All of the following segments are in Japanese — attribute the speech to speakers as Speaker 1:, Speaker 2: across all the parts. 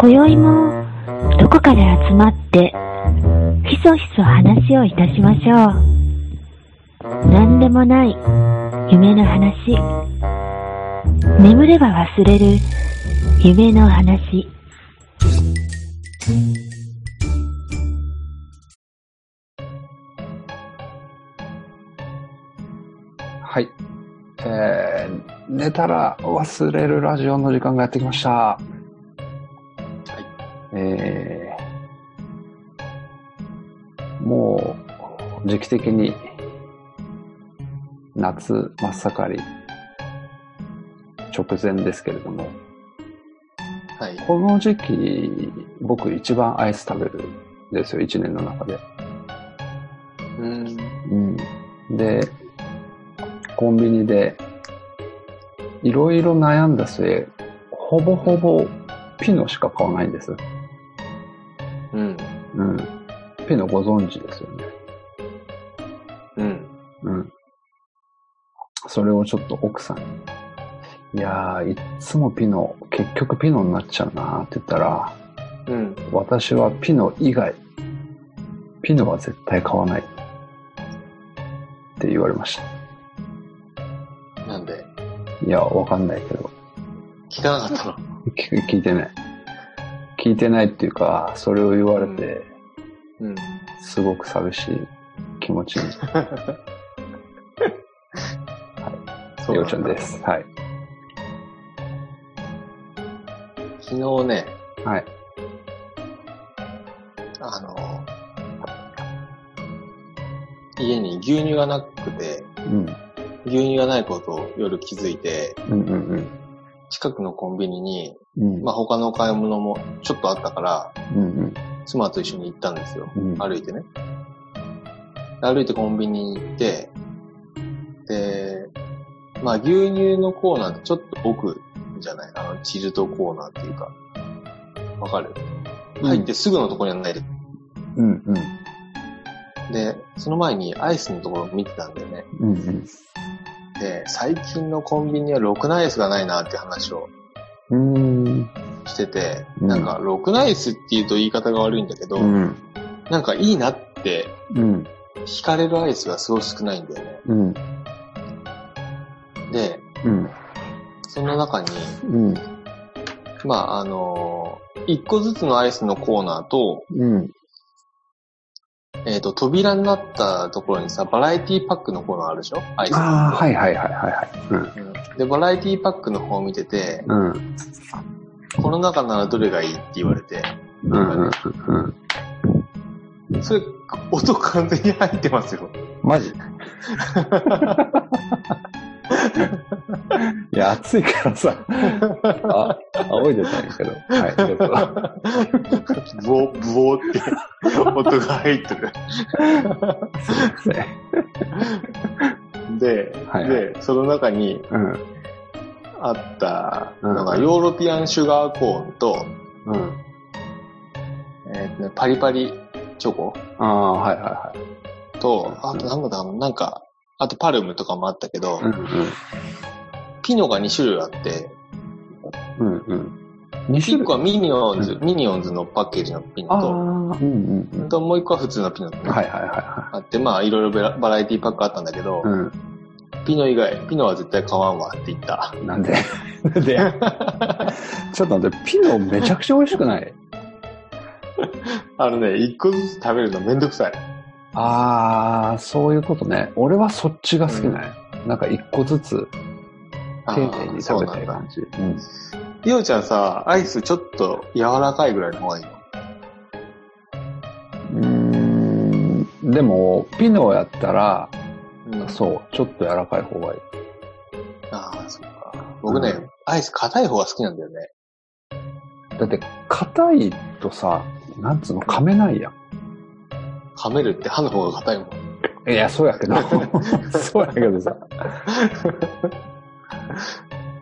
Speaker 1: 今宵もどこかで集まってひそひそ話をいたしましょう何でもない夢の話眠れば忘れる夢の話
Speaker 2: はい。えー、寝たら忘れるラジオの時間がやってきました。はい。えー、もう、時期的に、夏真っ盛り、直前ですけれども、
Speaker 3: はい。
Speaker 2: この時期、僕一番アイス食べるんですよ、一年の中で。
Speaker 3: うん。
Speaker 2: うん、で、コンビニで、いろいろ悩んだ末、ほぼほぼピノしか買わないんです。
Speaker 3: うん。
Speaker 2: うん。ピノご存知ですよね。
Speaker 3: うん。
Speaker 2: うん。それをちょっと奥さんに、いやー、いっつもピノ、結局ピノになっちゃうなーって言ったら、
Speaker 3: うん。
Speaker 2: 私はピノ以外、ピノは絶対買わない。って言われました。
Speaker 3: なんで
Speaker 2: いや、わかんないけど。
Speaker 3: 聞かなかったの
Speaker 2: 聞く聞いてない。聞いてないっていうか、それを言われて、
Speaker 3: うん。
Speaker 2: すごく寂しい気持ちに、
Speaker 3: そう
Speaker 2: よ
Speaker 3: な
Speaker 2: うちゃん
Speaker 3: だ
Speaker 2: です。はい。
Speaker 3: 昨日ね、
Speaker 2: はい。
Speaker 3: あの、家に牛乳がなくて、
Speaker 2: うん。
Speaker 3: 牛乳がないことを夜気づいて、
Speaker 2: うんうん
Speaker 3: 近くのコンビニに、
Speaker 2: うん。うん。
Speaker 3: まあ他のお買い物もちょっとあったから、
Speaker 2: うん
Speaker 3: 妻と一緒に行ったんですよ。
Speaker 2: うん。うん。
Speaker 3: 歩いてね。歩いてコンビニに行って、で、まあ牛乳のコーナーってちょっと奥じゃないあの、チルトコーナーっていうか。わかる
Speaker 2: うん
Speaker 3: 入ってすぐのところにはないで、
Speaker 2: うんうん。
Speaker 3: で、その前にアイスのところを見てたんだよね。
Speaker 2: うんうん。
Speaker 3: で、最近のコンビニはろくなアイスがないなって話を
Speaker 2: うーん。
Speaker 3: してて、
Speaker 2: うん
Speaker 3: なんかろくなアイスっていうと言い方が悪いんだけど、
Speaker 2: うん。
Speaker 3: なんかいいなって
Speaker 2: うん。
Speaker 3: 惹かれるアイスがすごい少ないんだよね。
Speaker 2: うん。
Speaker 3: で、
Speaker 2: うん。
Speaker 3: その中に、
Speaker 2: うん。
Speaker 3: まあ、あのー一個ずつのアイスのコーナーと、
Speaker 2: うん。
Speaker 3: えっ、と、扉になったところにさ、バラエティパックのコーナーあるでしょアイス。
Speaker 2: ああ、はいはいはいはいはい。
Speaker 3: うんで、バラエティパックの方を見てて、
Speaker 2: うん。うん。
Speaker 3: この中ならどれがいいって言われて、
Speaker 2: うんうんうん。
Speaker 3: それ、音完全に入ってま すよ。
Speaker 2: マ ジいや、暑いからさ、あ、仰いでたんや けど。はい、どうぞ。
Speaker 3: ブオ、ブオって音が入ってる。で、
Speaker 2: はい
Speaker 3: で、その中に
Speaker 2: うん。
Speaker 3: あったのが、
Speaker 2: うん
Speaker 3: ヨーロピアンシュガーコーンと、
Speaker 2: うん。
Speaker 3: えーとね、パリパリチョコ
Speaker 2: ああ、はいは
Speaker 3: と、あとなんだろう、なんか、あとパルムとかもあったけど、
Speaker 2: いはい。う
Speaker 3: ピノが2種類あって、
Speaker 2: んうん。うんうん。2
Speaker 3: 1個はミニオンズ、
Speaker 2: う
Speaker 3: ミニオンズのパッケージのピ
Speaker 2: ああ、
Speaker 3: ノ
Speaker 2: うんうんう
Speaker 3: と、
Speaker 2: ん。
Speaker 3: ともう1個は普通のピノってね
Speaker 2: はいはいはいは
Speaker 3: あって、まあいろいろベラバラエティパックあったんだけど、
Speaker 2: い。う
Speaker 3: ピノ以外、ピノは絶対買わんわって言った。
Speaker 2: ん。なんでなん でちょっと待って、ピノめちゃくちゃ美味しくない
Speaker 3: あのね、1個ずつ食べるのめんどくさい。
Speaker 2: ああ、そういうことね。俺はそっちが好きない。なんか一個ずつ
Speaker 3: あ
Speaker 2: 丁寧
Speaker 3: ー
Speaker 2: に
Speaker 3: そう
Speaker 2: 食べ
Speaker 3: な
Speaker 2: た
Speaker 3: ん
Speaker 2: い感
Speaker 3: だ。
Speaker 2: じ。うん。
Speaker 3: ピノちゃんさ、アイスちょっと柔らかいぐらいの方がいいの。
Speaker 2: うーん。でも、ピノやったら、
Speaker 3: うん
Speaker 2: そう、ちょっと柔らかい方がいい。
Speaker 3: ああ、そうか。僕ね、アイス硬い方が好きなんだよね。
Speaker 2: だって、硬いとさ、なんつうの、噛めないやん。
Speaker 3: 噛めるって歯の方が硬いもん。
Speaker 2: いや、そうやけど。 そうやけどさ。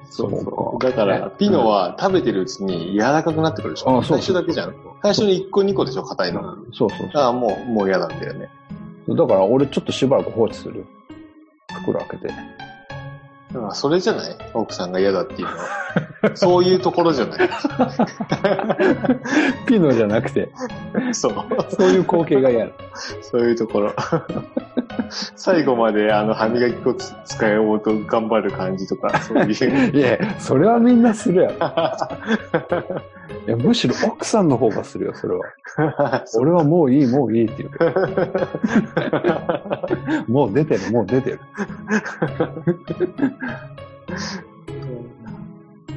Speaker 3: そう
Speaker 2: そ
Speaker 3: そうう。
Speaker 2: か
Speaker 3: だから、ピノは食べてるうちに柔らかくなってくるでしょ。
Speaker 2: あそう
Speaker 3: 最初だけじゃん。最初に1個2個でしょ、硬いの。だ
Speaker 2: そうそう
Speaker 3: からもう、もう嫌なんだよね。
Speaker 2: そう。だから俺ちょっとしばらく放置するよ。袋開けて。
Speaker 3: だからそれじゃない奥さんが嫌だっていうのは。 そういうところじゃない。
Speaker 2: ピノじゃなくて、
Speaker 3: そう。
Speaker 2: そういう光景が嫌だ。
Speaker 3: そういうとこ ろ。最後まであの歯磨き粉つ使い終うと頑張る感じとか、そう いう。
Speaker 2: いや、それはみんなするやろ。いやむしろ奥さんの方がするよ、それは。俺はもういい、もういいって言う。 もう出てる、もう出てる。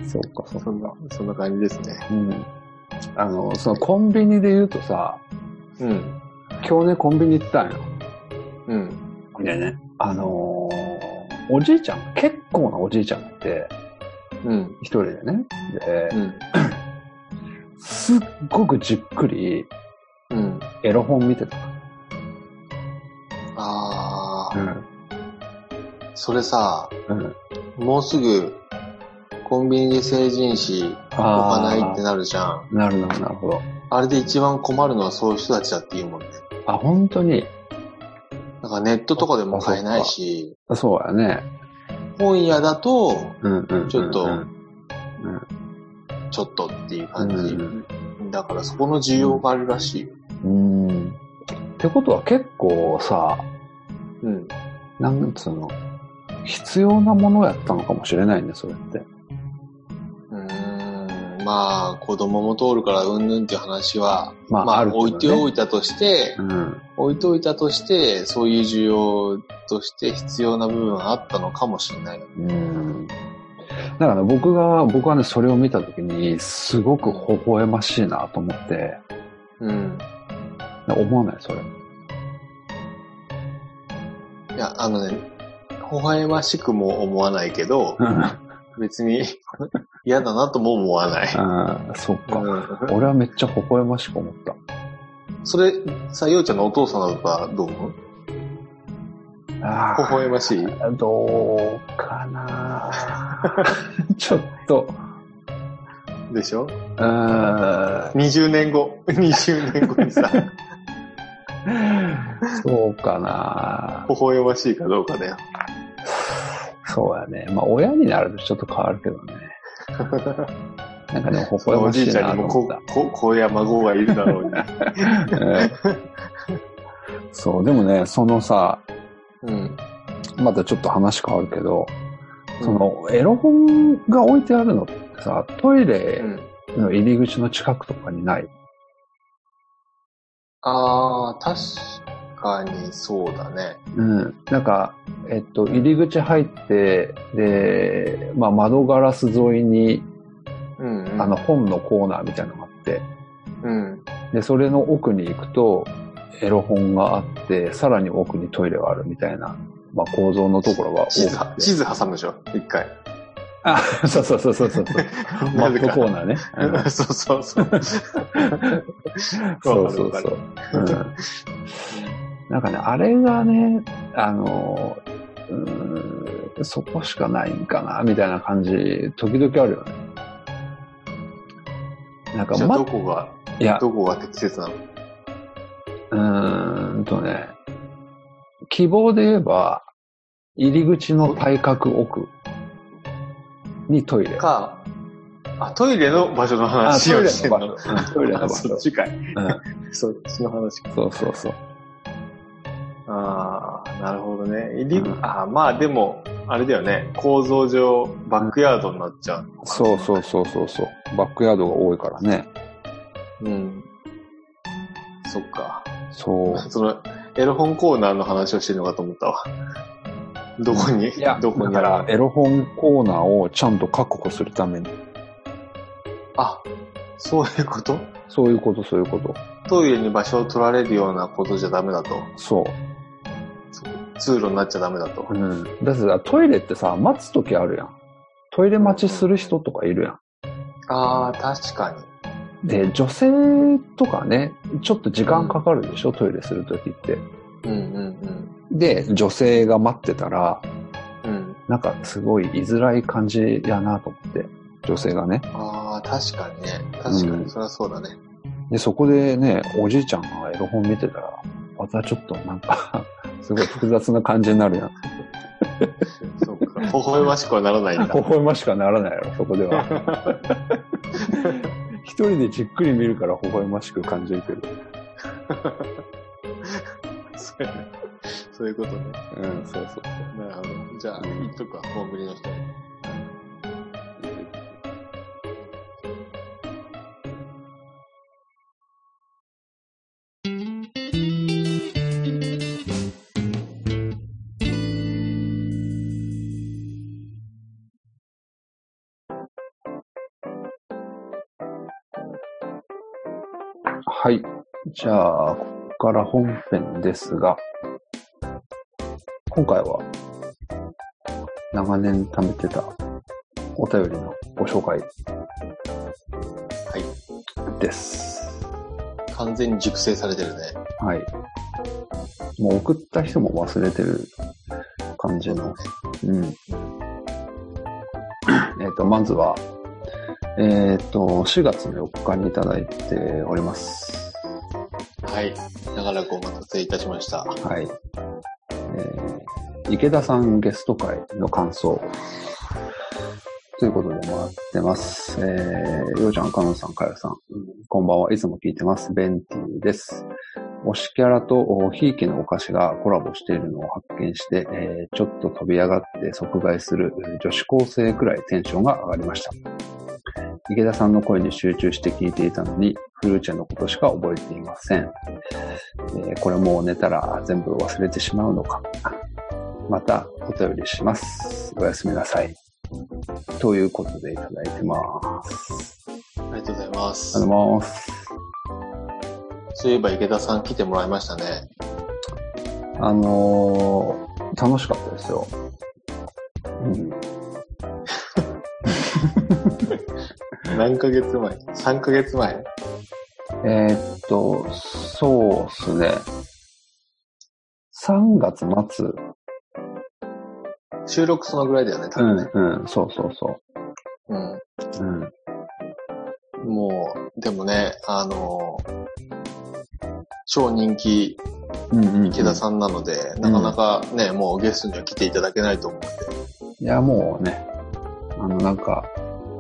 Speaker 2: そうか、そうか。
Speaker 3: そんな、そんな感じですね。
Speaker 2: うん。あの、そのコンビニで言うとさ、
Speaker 3: うん。
Speaker 2: 今日ね、コンビニ行ったんよ。
Speaker 3: うん。
Speaker 2: でね、あのーおじいちゃん、結構なおじいちゃんって、
Speaker 3: うん。
Speaker 2: 一人でね。で
Speaker 3: う、ん。
Speaker 2: すっごくじっくり
Speaker 3: うん。
Speaker 2: エロ本見てた。
Speaker 3: ああ、
Speaker 2: ん。
Speaker 3: それさ、
Speaker 2: うん。
Speaker 3: もうすぐ、コンビニで成人し、お
Speaker 2: あ
Speaker 3: ない
Speaker 2: ー
Speaker 3: ってなるじゃん。
Speaker 2: なるなるなるほど。
Speaker 3: あれで一番困るのはそういう人たちだって言うもんね。
Speaker 2: あ、本当に。
Speaker 3: なんかネットとかでも買えないし、
Speaker 2: そうやね。
Speaker 3: 本屋だと、
Speaker 2: うんうんうんうん。
Speaker 3: ちょっと
Speaker 2: うん
Speaker 3: ちょっとっていう
Speaker 2: う
Speaker 3: 感じ。
Speaker 2: ん
Speaker 3: だからそこの需要があるらしいよ。
Speaker 2: うん。うん。ってことは結構さ、
Speaker 3: うん。
Speaker 2: なんつうの、必要なものやったのかもしれないね、それって。
Speaker 3: うーん。まあ、子供も通るからうんぬんっていう話は、
Speaker 2: まあ、
Speaker 3: ま
Speaker 2: あ
Speaker 3: あ、
Speaker 2: る
Speaker 3: 置いてお
Speaker 2: い
Speaker 3: いたとして、
Speaker 2: うん。
Speaker 3: 置いておいたとして、そういう需要として必要な部分はあったのかもしれない。
Speaker 2: うん。だから僕が、僕はね、それを見たときに、すごく微笑ましいなと思って、
Speaker 3: うん。
Speaker 2: 思わない、それ。
Speaker 3: いや、あのね、微笑ましくも思わないけど、
Speaker 2: うん。
Speaker 3: 別に嫌だなとも思わない。
Speaker 2: ああ、そっか。
Speaker 3: うん
Speaker 2: 俺はめっちゃ微笑ましく思った。
Speaker 3: それ、さ、ようちゃんのお父さんとかどう思う
Speaker 2: あ
Speaker 3: 微笑ましい
Speaker 2: あ、どうかな ちょっと、
Speaker 3: でしょ
Speaker 2: うーん、
Speaker 3: ?20 年後、20年 後 にさ、微
Speaker 2: そうかな
Speaker 3: 笑ましいかどうかだよ。
Speaker 2: そうやね。まあ、親になるとちょっと変わるけどね。なんかね、微
Speaker 3: そ
Speaker 2: 笑
Speaker 3: のお
Speaker 2: ま
Speaker 3: じ
Speaker 2: し
Speaker 3: い
Speaker 2: い
Speaker 3: ちゃ
Speaker 2: なんと
Speaker 3: にもこ
Speaker 2: 思った、。
Speaker 3: こ、こや孫がいるだろうに。
Speaker 2: うん そう、でもね、そのさ、
Speaker 3: うん。
Speaker 2: またちょっと話変わるけど、その、エロ本が置いてあるのってさ、トイ
Speaker 3: う
Speaker 2: レ
Speaker 3: ん。
Speaker 2: の入り口の近くとかにない
Speaker 3: ああ、確かにそうだね。
Speaker 2: うん。なんか、えっと、入り口入って、で、まあ、窓ガラス沿いに、
Speaker 3: うん、うん。
Speaker 2: あの、、本のコーナーみたいなのがあって、
Speaker 3: うん。
Speaker 2: で、それの奥に行くと、エロ本があって、さらに奥にトイレがあるみたいな、まあ、構造のところが
Speaker 3: 地図
Speaker 2: 多
Speaker 3: は、
Speaker 2: く
Speaker 3: 地
Speaker 2: て。
Speaker 3: 図挟むでしょ一回。
Speaker 2: あ、 そうそうそうそうそう。マ
Speaker 3: なぜ
Speaker 2: ップ
Speaker 3: か
Speaker 2: コーナーね。うん
Speaker 3: そうそうそう。
Speaker 2: そうそう
Speaker 3: わか
Speaker 2: そ
Speaker 3: る
Speaker 2: う。うんなんかね、あれがね、あの、うーんそこしかないんかな、みたいな感じ、時々あるよね。なんか
Speaker 3: じ、ゃあど
Speaker 2: ま、
Speaker 3: こが、
Speaker 2: いや、
Speaker 3: どこが適切なの
Speaker 2: うーんとね、希望で言えば、入り口の対角奥にトイレ。
Speaker 3: か、あ、トイレの場所の
Speaker 2: あ、
Speaker 3: 話
Speaker 2: トイ
Speaker 3: を
Speaker 2: レ
Speaker 3: してん
Speaker 2: の
Speaker 3: の。
Speaker 2: 場所。うんトイレの
Speaker 3: あ
Speaker 2: 場
Speaker 3: そ
Speaker 2: 所
Speaker 3: っ。ちかい。
Speaker 2: ん
Speaker 3: そっちの話か。
Speaker 2: そうそうそう。
Speaker 3: ああ、なるほどね。入り、
Speaker 2: うん
Speaker 3: ああ、まあでも、あれだよね。構造上、バックヤードになっちゃう。
Speaker 2: そうそうそうそうそう。バックヤードが多いからね。
Speaker 3: うん。そっか。
Speaker 2: そう。
Speaker 3: その、エロ本コーナーの話をしてるのかと思ったわ。どこに
Speaker 2: いや、、
Speaker 3: どこに
Speaker 2: だ
Speaker 3: あ
Speaker 2: から
Speaker 3: る
Speaker 2: エロ本コーナーをちゃんと確保するために。
Speaker 3: あ、そういうこと
Speaker 2: そういうこと、そういうこと。
Speaker 3: トイレに場所を取られるようなことじゃダメだと。
Speaker 2: そ
Speaker 3: 通路になっちゃダメだと
Speaker 2: う。。うん。だってさ、トイレってさ、待つときあるやん。トイレ待ちする人とかいるや
Speaker 3: ああ、確か
Speaker 2: ん。
Speaker 3: に。
Speaker 2: で、女性とかね、ちょっと時間かかるでしょ、トイレするときって。
Speaker 3: うんうん
Speaker 2: で、女性が待ってたら、
Speaker 3: うん。うん。
Speaker 2: なんかすごい居づらい感じやなと思って。女性がね。
Speaker 3: ああ、確かにね。確か
Speaker 2: う
Speaker 3: に、
Speaker 2: ん
Speaker 3: そりゃそうだね。
Speaker 2: で、そこでね、おじいちゃんがエ ロ本見てたら、またちょっとなんか、すごい複雑な感じになるやん。
Speaker 3: そっか。微笑ましくはならないん だ
Speaker 2: 微。笑ましくはならないやろ、そこでは。 一人でじっくり見るから微笑ましく感じるけど。
Speaker 3: そうやねそういうことね。
Speaker 2: うん、そうそうそう。
Speaker 3: なるほど。じゃあ、言っとくわ、コンビニの人に。
Speaker 2: はい。じゃあ、ここから本編ですが、今回は、長年貯めてたお便りのご紹介
Speaker 3: は
Speaker 2: です。
Speaker 3: い。完全に熟成されてるね。
Speaker 2: はい。もう送った人も忘れてる感じの。うん。 えっ、と、まずは、えっ、と、4月の4日にいただいております。
Speaker 3: はい。長らくお待たせいたしました。
Speaker 2: はい。えー池田さんゲスト会の感想。ということで回ってます。えー、ようちゃん、かのんさん、かよさん、うんこんばんは。いつも聞いてます。ベンティです。推しキャラとおひいきのお菓子がコラボしているのを発見して、えーちょっと飛び上がって即買いするえー女子高生くらいテンションが上がりました。池田さんの声に集中して聞いていたのに、フルーチェのことしか覚えていません。えーこれもう寝たら全部忘れてしまうのか。またお便りします。おやすみなさい。ということでいただいてます。
Speaker 3: ありがとうございます
Speaker 2: ありがとう。ございます。
Speaker 3: そういえば池田さん来てもらいましたね。
Speaker 2: あのー、楽しかったですよ。うん。
Speaker 3: 何ヶ月前 ?3 ヶ月前
Speaker 2: えーっと、そうっすね。3月末。
Speaker 3: 収録そのぐらいだよね、多
Speaker 2: う
Speaker 3: 分ね。
Speaker 2: ん、うん、そうそうそ
Speaker 3: うん。
Speaker 2: う。うん。
Speaker 3: もう、でもね、あのー超人気
Speaker 2: うんうん、うん。
Speaker 3: 池田さんなので、なかなかね、もうゲストには来ていただけないと思うんで。
Speaker 2: いや、もうね、あの、なんか、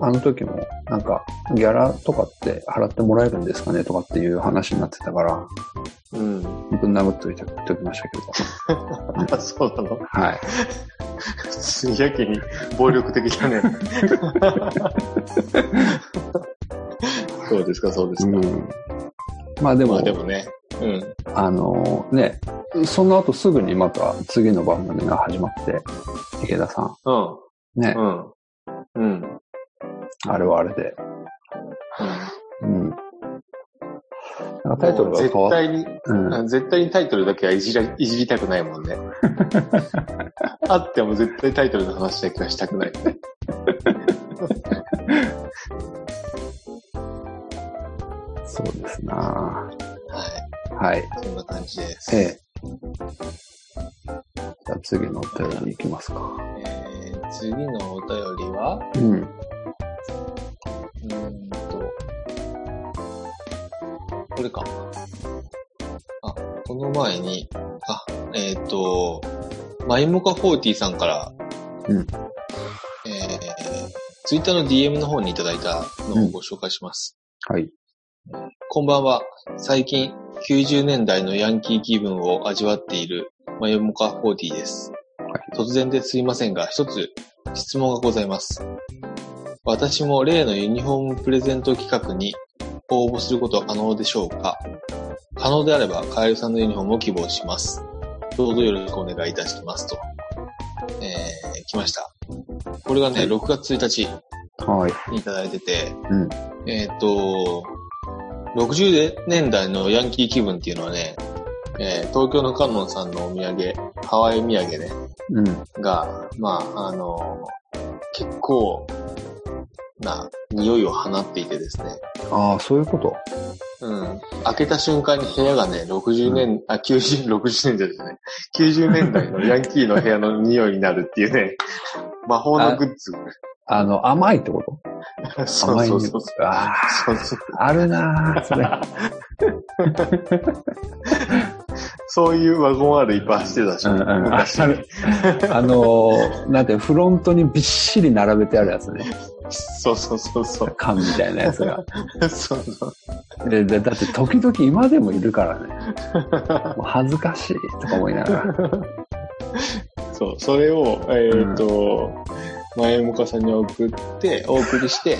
Speaker 2: あの時も、なんか、ギャラとかって払ってもらえるんですかねとかっていう話になってたから、
Speaker 3: うん。
Speaker 2: ぶん殴っといておきましたけど。
Speaker 3: あ、そうなの
Speaker 2: はい。
Speaker 3: 普通にやけに暴力的 だね。そうですか、そうですか。
Speaker 2: うん。まあで
Speaker 3: ま
Speaker 2: も、
Speaker 3: あでもね、うん。
Speaker 2: あのね、その後すぐにまた次の番組が始まって、池田さ
Speaker 3: うん。
Speaker 2: ん、ね
Speaker 3: う、ん。うん。うん
Speaker 2: あれはあれで、うん。なんかタイトルが変
Speaker 3: 絶
Speaker 2: わっ
Speaker 3: 対に、
Speaker 2: うん
Speaker 3: あ絶対にタイトルだけはいじらいじりたくないも んね。あっても絶対タイトルの話だけはした くない。
Speaker 2: そうですな
Speaker 3: は
Speaker 2: はい。
Speaker 3: い。そんな感じです。
Speaker 2: ええ。じゃあ次のお便りいきますか。
Speaker 3: えー次のお便りは、
Speaker 2: うん。
Speaker 3: うーんと、これか。あ、この前に、あ、えっ、と、マイモカ40さんから、
Speaker 2: うん
Speaker 3: えー、ツイッターの DM の方にいただいたのをご紹介します。
Speaker 2: はい。
Speaker 3: こんばんは。最近、90年代のヤンキー気分を味わっている、マヨモカ40です。突然ですいませんが、一つ質問がございます。私も例のユニフォームプレゼント企画に応募することは可能でしょうか可能であれば、カエルさんのユニフォームを希望します。どうぞよろしくお願いいたしますと。えー、来ました。これがね、6月1日
Speaker 2: はい。
Speaker 3: にいただいてて、
Speaker 2: うん
Speaker 3: えーっ、と、60年代のヤンキー気分っていうのはね、えー東京の観音さんのお土産、ハワイ土産ね、
Speaker 2: うん。
Speaker 3: が、まあ、あの結構な匂いを放っていてですね、
Speaker 2: ああ、そういうこと。
Speaker 3: うん。開けた瞬間に部屋がね、60年、あ、90、60年代ですね。90年代のヤンキーの部屋の匂いになるってい うね、魔法のグッズ。
Speaker 2: あの、甘いってこと
Speaker 3: そうそうそう。
Speaker 2: 甘いああ、
Speaker 3: そうそう。
Speaker 2: あるなーそれ。
Speaker 3: そういうワゴンあるいっぱい走ってたし、
Speaker 2: うんうん
Speaker 3: 昔
Speaker 2: あるあのー、なんていうのフロントにびっしり並べてあるやつね。
Speaker 3: そうそうそうそう。
Speaker 2: 缶みたいなやつが。
Speaker 3: そうそう
Speaker 2: ででだって時々今でもいるから ね。もう恥ずかしいとか思いながら。
Speaker 3: そう、それを、えっ、と、前もかさんに送って、お送りして、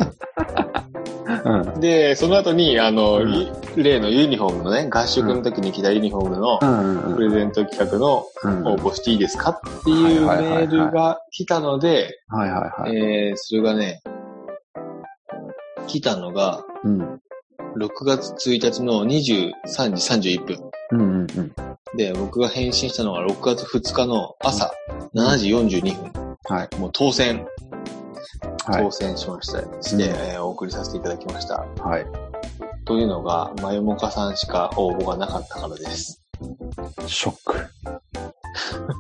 Speaker 2: うん。
Speaker 3: で、その後に、あの、
Speaker 2: うん
Speaker 3: い例のユニフォームのね、合宿の時に着たユニフォームの
Speaker 2: うん
Speaker 3: プレゼント企画の
Speaker 2: うんうん。
Speaker 3: 応募していいですかっていうメ
Speaker 2: はいはいはいはい
Speaker 3: ールが来たので、
Speaker 2: はいはいはい。
Speaker 3: えー、それがね、来たのが、
Speaker 2: うん。
Speaker 3: 6月1日の23時31分。
Speaker 2: うんうんうん。
Speaker 3: で、僕が返信したのが6月2日の朝7時42分。
Speaker 2: はい。
Speaker 3: もう当選、
Speaker 2: はい
Speaker 3: 当選しました。して、
Speaker 2: うん
Speaker 3: えーお送りさせていただきました。
Speaker 2: はい。
Speaker 3: というのが、まよもかさんしか応募がなかったからです。
Speaker 2: ショック。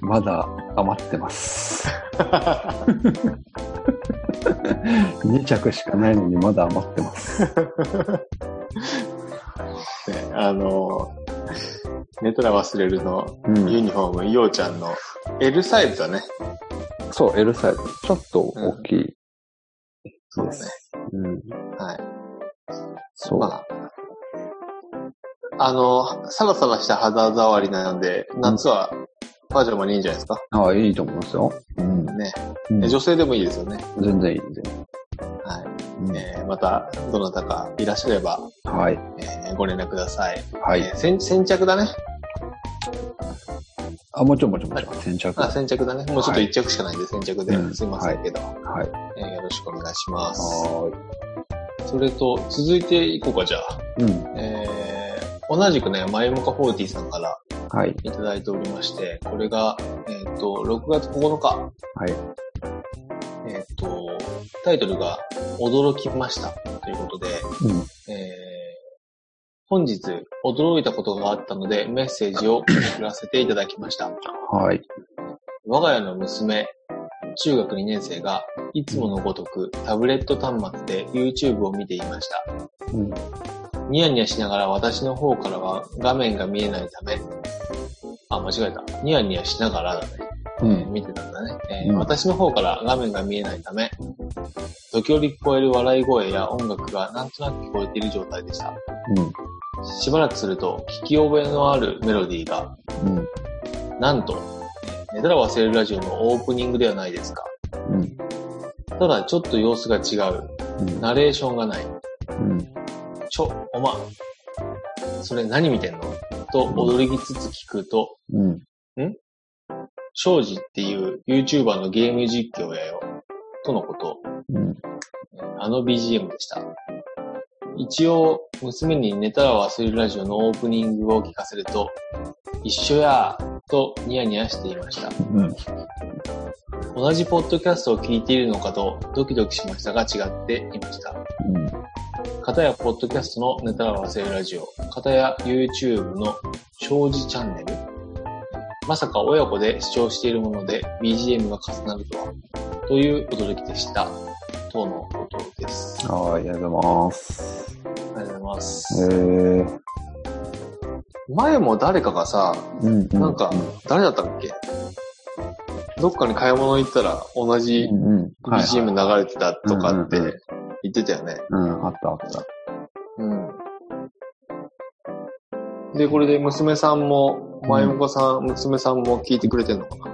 Speaker 2: まだ余ってます。2着しかないのにまだ余ってます。
Speaker 3: ねあの、寝たら忘れるの
Speaker 2: う
Speaker 3: ユ
Speaker 2: ん。
Speaker 3: ニフォーム、ようちゃんの L サイズだね。
Speaker 2: そう、L サイズ。ちょっと大きい。
Speaker 3: そう
Speaker 2: で
Speaker 3: ね。
Speaker 2: す。うん。
Speaker 3: はい。
Speaker 2: そう。
Speaker 3: まあ、あの、サラサラした肌触りなので、夏はパジャマにいいんじゃないですか。
Speaker 2: ああ、いいと思いますよ。うん。
Speaker 3: ね。
Speaker 2: うん
Speaker 3: 女性でもいいですよね。
Speaker 2: 全然いいんで。
Speaker 3: はい。
Speaker 2: うん
Speaker 3: えーまた、どなたかいらっしゃれば、
Speaker 2: はい。
Speaker 3: えーご連絡ください。
Speaker 2: は
Speaker 3: え
Speaker 2: い。
Speaker 3: ー先先着だね。
Speaker 2: あ、もちろんもちろんもちろん。先着。
Speaker 3: あ、
Speaker 2: はい。
Speaker 3: 先着だね。もうちょっと1着しかないんで、先着で。
Speaker 2: うん
Speaker 3: すいませんけど、えーよろしくお願いします。
Speaker 2: は
Speaker 3: それと、続いていこうか、じゃあ。
Speaker 2: ーい。うん。
Speaker 3: えー同じくね、まゆもか40さんから
Speaker 2: はい。
Speaker 3: いただいておりまして、これが、えっ、と、6月9日。
Speaker 2: はい。
Speaker 3: えっ、と、タイトルが、驚きました。ということで、
Speaker 2: うん。
Speaker 3: えー本日、驚いたことがあったので、メッセージを送らせていただきました。
Speaker 2: はい。
Speaker 3: 我が家の娘、中学2年生が、いつものごとく、タブレット端末で YouTube を見ていました。
Speaker 2: うん。
Speaker 3: ニヤニヤしながら私の方からは画面が見えないため、あ、間違えた。ニヤニヤしながらだね。
Speaker 2: う
Speaker 3: えー
Speaker 2: ん。
Speaker 3: 見てたんだね、えー
Speaker 2: うん
Speaker 3: 私の方から画面が見えないため、時折聞こえる笑い声や音楽がなんとなく聞こえている状態でした。しばらくすると、聞き覚えのあるメロディーが、
Speaker 2: うん。うん。
Speaker 3: なんと、寝たら忘れるラジオのオープニングではないですか。
Speaker 2: うん。
Speaker 3: ただ、ちょっと様子が違う。
Speaker 2: うん。
Speaker 3: ナレーションがない。
Speaker 2: うん。
Speaker 3: ちょ、おま、それ何見てんのと踊りつつ聞くと、
Speaker 2: うん。
Speaker 3: 庄司っていう YouTuber のゲーム実況やよ、とのこと。
Speaker 2: うん。
Speaker 3: あの BGM でした。一応、娘に寝たら忘れるラジオのオープニングを聞かせると、一緒やーとニヤニヤしていました。
Speaker 2: うん。
Speaker 3: 同じポッドキャストを聞いているのかとドキドキしましたが違っていました。
Speaker 2: うん。
Speaker 3: 片やポッドキャストの寝たら忘れるラジオ、片や YouTube の庄司チャンネル。まさか親子で視聴しているもので BGM が重なるとは、という驚きでした。とのことです。あ
Speaker 2: はい、ありがとうございます。
Speaker 3: りがとうございます。
Speaker 2: えー、
Speaker 3: 前も誰かがさ、
Speaker 2: うん、う
Speaker 3: なんか、誰だったっけどっかに買い物行ったら同じ
Speaker 2: うん、うん、はいはい
Speaker 3: BGM 流れてたとかって
Speaker 2: うんうんうん
Speaker 3: 言ってたよね。
Speaker 2: うん、あったあった。
Speaker 3: うん。で、これで娘さんも、
Speaker 2: うん
Speaker 3: 前岡さん、娘さんも聞いてくれてんのかな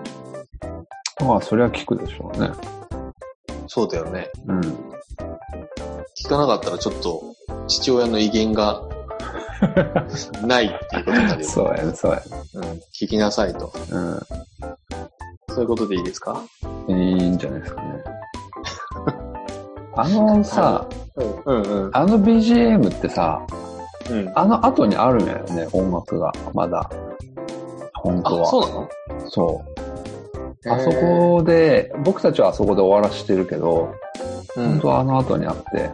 Speaker 2: まあ、それは聞くでしょうね。
Speaker 3: そうだよね。
Speaker 2: うん。
Speaker 3: 聞かなかったらちょっと、父親の威厳 が、ないっていうことになるよね。
Speaker 2: そうやね、そうやね。
Speaker 3: うん。聞きなさいと。そういうことでいいですか
Speaker 2: うん。いいんじゃないですかね。あのさ、
Speaker 3: うん。うんうん。
Speaker 2: あの BGM ってさ、
Speaker 3: うん。
Speaker 2: あの後にあるんやよね、音楽が、まだ。本当
Speaker 3: あ、
Speaker 2: は。
Speaker 3: そう
Speaker 2: う
Speaker 3: なの
Speaker 2: そう。あそこで、僕たちはあそこで終わらしてるけど、
Speaker 3: う
Speaker 2: 本
Speaker 3: ん
Speaker 2: 当はあの後にあって、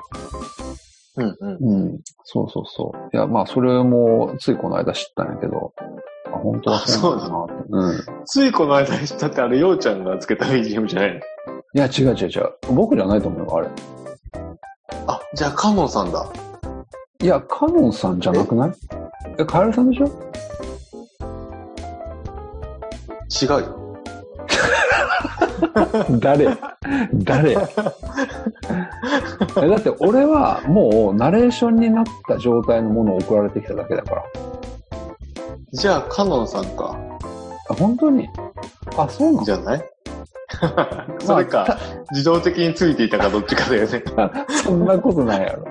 Speaker 3: うんうん。
Speaker 2: うん。そうそうそう。いや、まあ、それも、ついこの間知ったんやけど、あ、本当はそうなんだなって。うん。
Speaker 3: ついこの間知ったってあれ、ようちゃんがつけた BGM じゃない
Speaker 2: い
Speaker 3: の
Speaker 2: や、違う違う違う。僕じゃないと思うよ、あれ。
Speaker 3: あ、じゃあカノンさんだ。
Speaker 2: いや、カノンさんじゃなくないえ、カエルさんでしょ
Speaker 3: 違うよ。
Speaker 2: 誰誰えだって俺はもうナレーションになった状態のものを送られてきただけだから。
Speaker 3: じゃあ、カノンさんか。
Speaker 2: あ、本当にあ、そうなの
Speaker 3: じゃない それ
Speaker 2: ま
Speaker 3: か、自動的についていたかどっちかだよね。
Speaker 2: そんなことないやろ。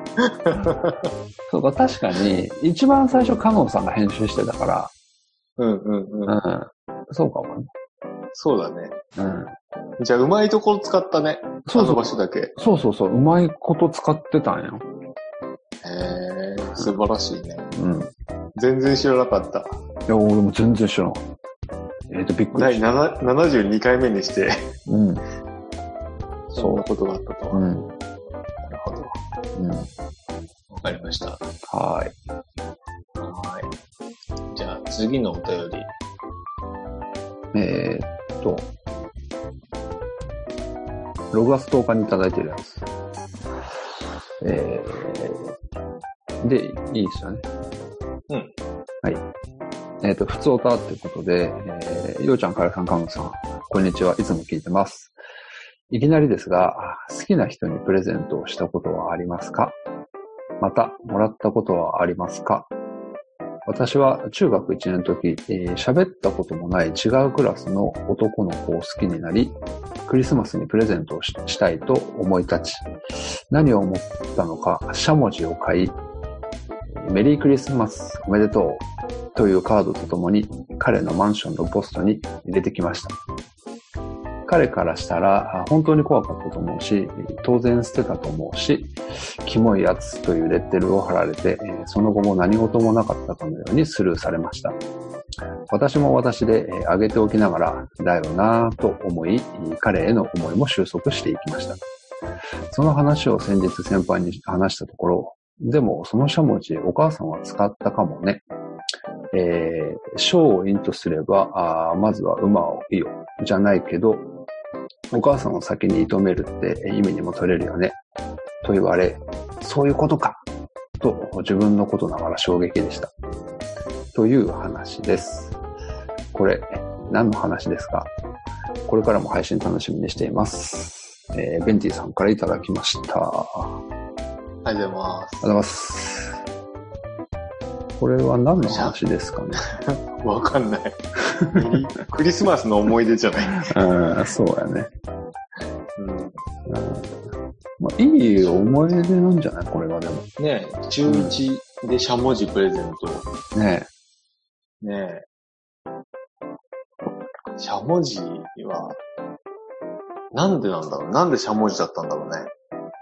Speaker 2: そうか、確かに、一番最初カノンさんが編集してたか
Speaker 3: うんうんうん。
Speaker 2: ら、うん。そうかもね。
Speaker 3: そうだね。
Speaker 2: うん。
Speaker 3: じゃあ、うまいところ使ったね。
Speaker 2: そう
Speaker 3: あの
Speaker 2: そう
Speaker 3: 場。所だけ。へ
Speaker 2: そうそうそう。うまいこと使ってたんよ。
Speaker 3: え、素晴らしいね。
Speaker 2: うん。い
Speaker 3: 全然知らなかった。
Speaker 2: や、俺も全然知らん。えっ、と、びっくり
Speaker 3: 第
Speaker 2: し
Speaker 3: 7 72回目にして、
Speaker 2: た。うん。
Speaker 3: そ
Speaker 2: そ
Speaker 3: んなことがあったと
Speaker 2: う。う
Speaker 3: は。
Speaker 2: ん。
Speaker 3: なるほど。
Speaker 2: うん。
Speaker 3: わかりました。
Speaker 2: はーい。
Speaker 3: はい。じゃあ、次のお便り。
Speaker 2: えーっと、6月10日にいただいてるやつ。えー、で、いいですよね。
Speaker 3: うん。
Speaker 2: はい。えーっと、普通おたってことで、えー、ようちゃん、からさん、かむさん、こんにちは。いつも聞いてます。いきなりですが、好きな人にプレゼントをしたことはありますかまた、もらったことはありますか私は中学1年の時、えー喋ったこともない違うクラスの男の子を好きになり、クリスマスにプレゼントをししたいと思い立ち、何を思ったのか、しゃもじを買い、メリークリスマスおめでとうというカードとともに彼のマンションのポストに入れてきました。彼からしたらあ本当に怖かったと思うし、当然捨てたと思うし、キモいやつというレッテルを貼られて、えーその後も何事もなかったかのようにスルーされました。私も私で、えー上げておきながら、だよなぁと思い、彼への思いも収束していきました。その話を先日先輩に話したところ、でもそのしゃもじお母さんは使ったかもね。えー、賞を因とすれば、あーまずは馬をいよ、じゃないけど、お母さんを先に射止めるってえー意味にも取れるよね。と言われ、そういうことかと自分のことながら衝撃でした。という話です。これ、何の話ですかこれからも配信楽しみにしています。えーベンティさんからいただきました。あ
Speaker 3: ありがとうございます。
Speaker 2: りがとうございます。これは何の話ですかね。
Speaker 3: わかんない。クリスマスの思い出じゃない。
Speaker 2: うん、そうやね。
Speaker 3: うん、
Speaker 2: うんまあ、いい思い出なんじゃないこれはでも。
Speaker 3: ねえ、中1でしゃもじプレゼント。
Speaker 2: ね
Speaker 3: ねえ。しゃもじは、なんでなんだろうなんでしゃもじだったんだろうね。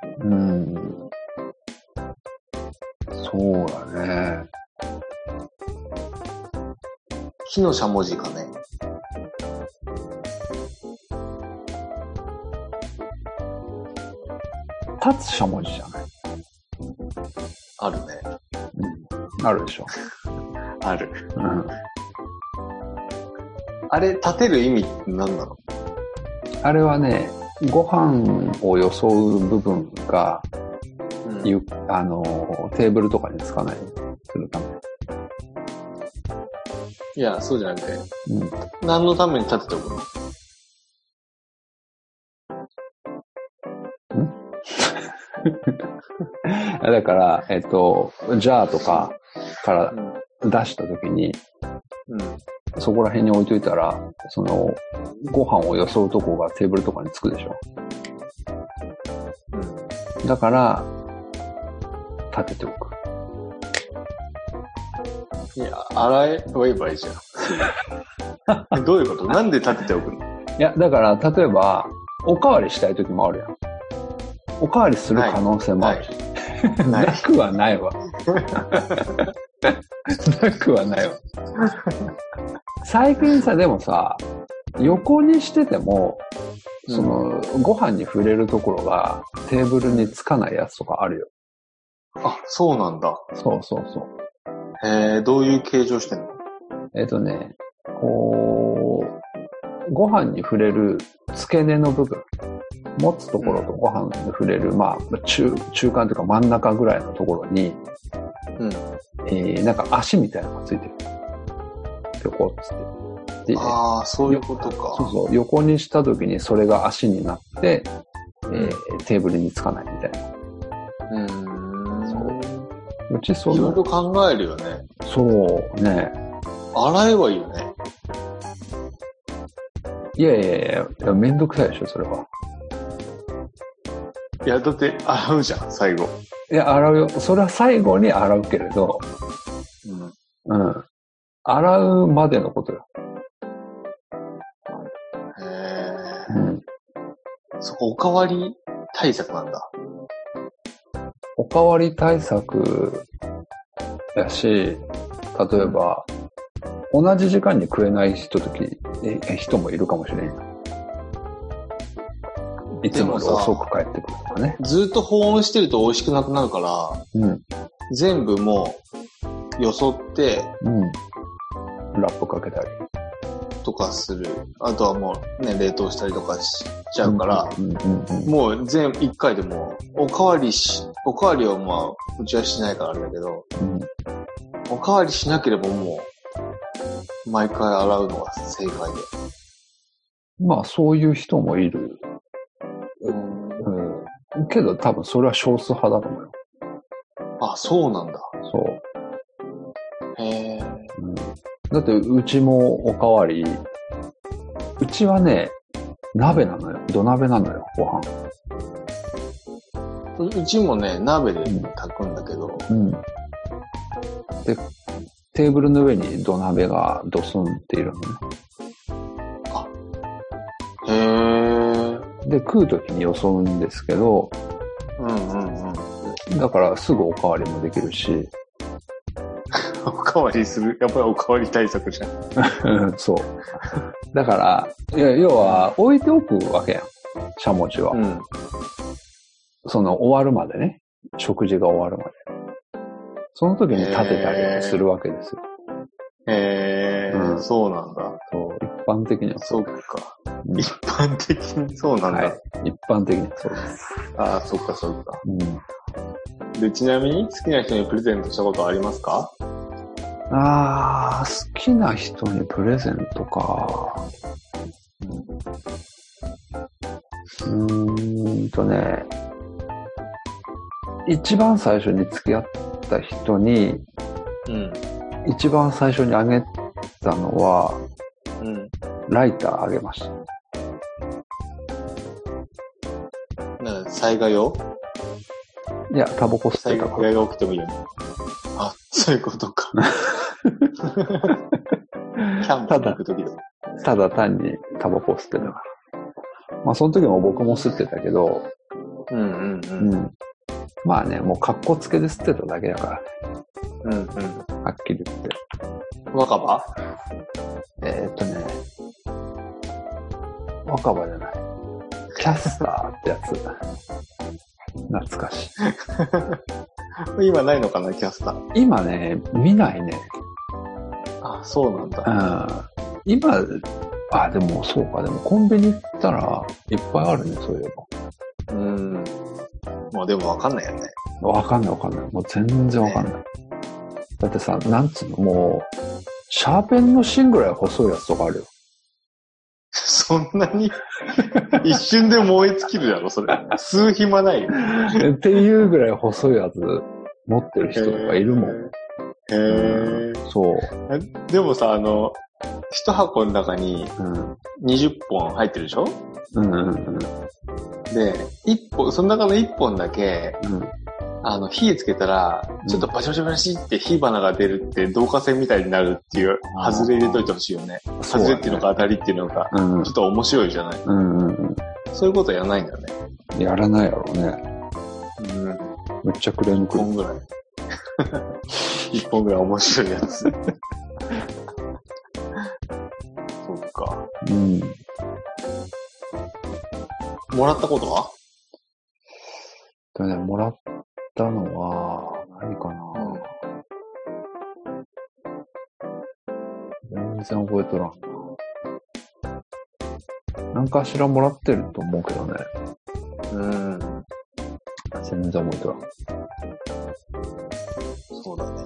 Speaker 2: え。うん。そうだね。
Speaker 3: 木のしゃもじかね。
Speaker 2: 立つしゃもじじゃない
Speaker 3: あるね。
Speaker 2: あるでしょ。
Speaker 3: ある。
Speaker 2: うん。
Speaker 3: あれ、立てる意味って何なの
Speaker 2: あれはね、ご飯を装う部分が、
Speaker 3: うん
Speaker 2: ゆあの、テーブルとかにつかないようにするため。
Speaker 3: いや、そうじゃなくて、
Speaker 2: うん。
Speaker 3: 何のために立てておくの
Speaker 2: あだから、えっと、ジャーとかから出した時に、
Speaker 3: うん。うん。
Speaker 2: そこら辺に置いといたら、その、ご飯を装うとこがテーブルとかにつくでしょ。
Speaker 3: うん。
Speaker 2: だから、立てておく。
Speaker 3: いや、洗えばいいばいいじゃん。 どういうことなんで立てておくの
Speaker 2: いや、だから、例えば、おかわりしたい時もあるやん。おかわりする可能性もあるし。な
Speaker 3: な
Speaker 2: いくはないわ。なくはないわ。最近さ、でもさ、横にしてても、その、ご飯に触れるところがテーブルにつかないやつとかあるよ。
Speaker 3: あ、そうなんだ。
Speaker 2: そうそうそう。
Speaker 3: えー、どういう形状してんの
Speaker 2: えっ、とね、こう、ご飯に触れる付け根の部分。持つところとご飯に触れる、まあ、中、中間というか真ん中ぐらいのところに、
Speaker 3: うん。
Speaker 2: えーなんか足みたいなのがついてる。ぴょこっつって。で、
Speaker 3: ああ、そういうことか。
Speaker 2: そうそう、横にした時にそれが足になって、えーテーブルにつかないみたいな。
Speaker 3: うーん。
Speaker 2: うちそ
Speaker 3: いろい
Speaker 2: の、
Speaker 3: ろ考えるよね。
Speaker 2: そうね。
Speaker 3: 洗えばいいよね。
Speaker 2: いやいやいやいや、めんどくさいでしょ、それは。
Speaker 3: いや、だって洗うじゃん、最後。
Speaker 2: いや、洗うよ。それは最後に洗うけれど、
Speaker 3: うん。
Speaker 2: うん。洗うまでのことよ。
Speaker 3: へえ。
Speaker 2: うん。
Speaker 3: そこ、おかわり対策なんだ。
Speaker 2: おかわり対策やし、例えば、同じ時間に食えない人とき、ええ人もいるかもしれんよ。いつもより
Speaker 3: でもさ
Speaker 2: 遅く帰ってくるとかね。
Speaker 3: ずっと保温してると美味しくなくなるから、
Speaker 2: うん。
Speaker 3: 全部もう、よそって
Speaker 2: うん。ラップかけたり。
Speaker 3: とかする。あとはもうね、冷凍したりとかしちゃうから、
Speaker 2: うんうんうん。
Speaker 3: もう全、一回でも、おかわりし、おかわりはまあ、うちはしないからあれだけど、
Speaker 2: うん
Speaker 3: おかわりしなければもう、毎回洗うのが正解で。
Speaker 2: まあ、そういう人もいる。
Speaker 3: うん
Speaker 2: うん。けど、多分それは少数派だと思うよ。
Speaker 3: あ、そうなんだ。
Speaker 2: そう。
Speaker 3: へえ。
Speaker 2: うんだって、うちもおかわり、うちはね、鍋なのよ。土鍋なのよ、ご飯。
Speaker 3: ううちもね、鍋で炊くんだけど、
Speaker 2: うん。で、テーブルの上に土鍋がドスンっているのね。
Speaker 3: へえ。うん
Speaker 2: で、食うときによそうんですけど、
Speaker 3: うんうん。
Speaker 2: だからすぐおかわりもできるし、
Speaker 3: おかわりする。やっぱりおかわり対策じゃん。
Speaker 2: うんそう。だから、いや要は置いておくわけやん。しゃもじは。
Speaker 3: うん。
Speaker 2: その終わるまでね。食事が終わるまで。その時に立てたりするわけですよ。
Speaker 3: へえ、
Speaker 2: うん
Speaker 3: そうなんだ。
Speaker 2: そう、一般的には
Speaker 3: そっか
Speaker 2: う。ん
Speaker 3: 一般的にそうなんだ。
Speaker 2: はい。一般的にはそうです。
Speaker 3: ああ、そっかそっか。
Speaker 2: うん、
Speaker 3: で、ちなみに好きな人にプレゼントしたことありますか
Speaker 2: ああ、好きな人にプレゼントか。うん、うーんとね、一番最初に付き合った人に、
Speaker 3: うん。
Speaker 2: 一番最初にあげたのは、
Speaker 3: うん。
Speaker 2: ライターあげました。
Speaker 3: なんか災害を
Speaker 2: いや、タバコ吸っ
Speaker 3: 災
Speaker 2: てたから。
Speaker 3: 害が起きてもいいよね。あ、そういうこと か。キャンプに行くときだ。
Speaker 2: ただ単にタバコ吸ってたから。まあ、その時も僕も吸ってたけど、
Speaker 3: うんうんう。
Speaker 2: うんん。まあね、もう格好つけで吸ってただけだか
Speaker 3: うんうん。
Speaker 2: ら、はっきり言って。
Speaker 3: 若葉
Speaker 2: えーっとね、若葉じゃない。キャスターってやつ。懐かしい。
Speaker 3: 今ないのかな、キャスター。
Speaker 2: 今ね、見ないね。
Speaker 3: あ、そうなん
Speaker 2: う
Speaker 3: だ。
Speaker 2: ん。今、あ、でもそうか、でもコンビニ行ったらいっぱいあるね、そういえ
Speaker 3: うん。もうでもわかんないよね。
Speaker 2: ば。わかんないわかんない。もう全然わかんない。だってさ、なんつうの、もう、シャーペンの芯ぐらい細いやつとかあるよ。
Speaker 3: そんなに一瞬で燃え尽きるやろ、それ。吸う暇ないよ。
Speaker 2: っていうぐらい細いやつ持ってる人とかいるもん。
Speaker 3: へー。へ
Speaker 2: そう。
Speaker 3: ーでもさ、あの、一箱の中に
Speaker 2: うん。
Speaker 3: 20本入ってるでしょ
Speaker 2: うんうん
Speaker 3: で、一本、その中の一本だけ、
Speaker 2: うん。
Speaker 3: あの、火つけたら、ちょっとバシバシバシって火花が出るって、導火線みたいになるっていう、
Speaker 2: あー
Speaker 3: 外れ入れといてほしいよね。
Speaker 2: うん。
Speaker 3: 外れっていうのか当たりっていうのか、
Speaker 2: うん
Speaker 3: ちょっと面白いじゃない。
Speaker 2: うんうん
Speaker 3: そういうことやらないんだよね。
Speaker 2: うん。やらないやろうね。
Speaker 3: うん。
Speaker 2: めっちゃクレーム
Speaker 3: 1
Speaker 2: くる。
Speaker 3: 本ぐらい。1本ぐらい面白いや つ。そっか。
Speaker 2: うん。
Speaker 3: もらったことは
Speaker 2: でもね、もらったのは、何かな。全然覚えとらんな。なんかしらもらってると思うけどね。
Speaker 3: うん。うん。
Speaker 2: 全然覚えとらん。
Speaker 3: そうだね。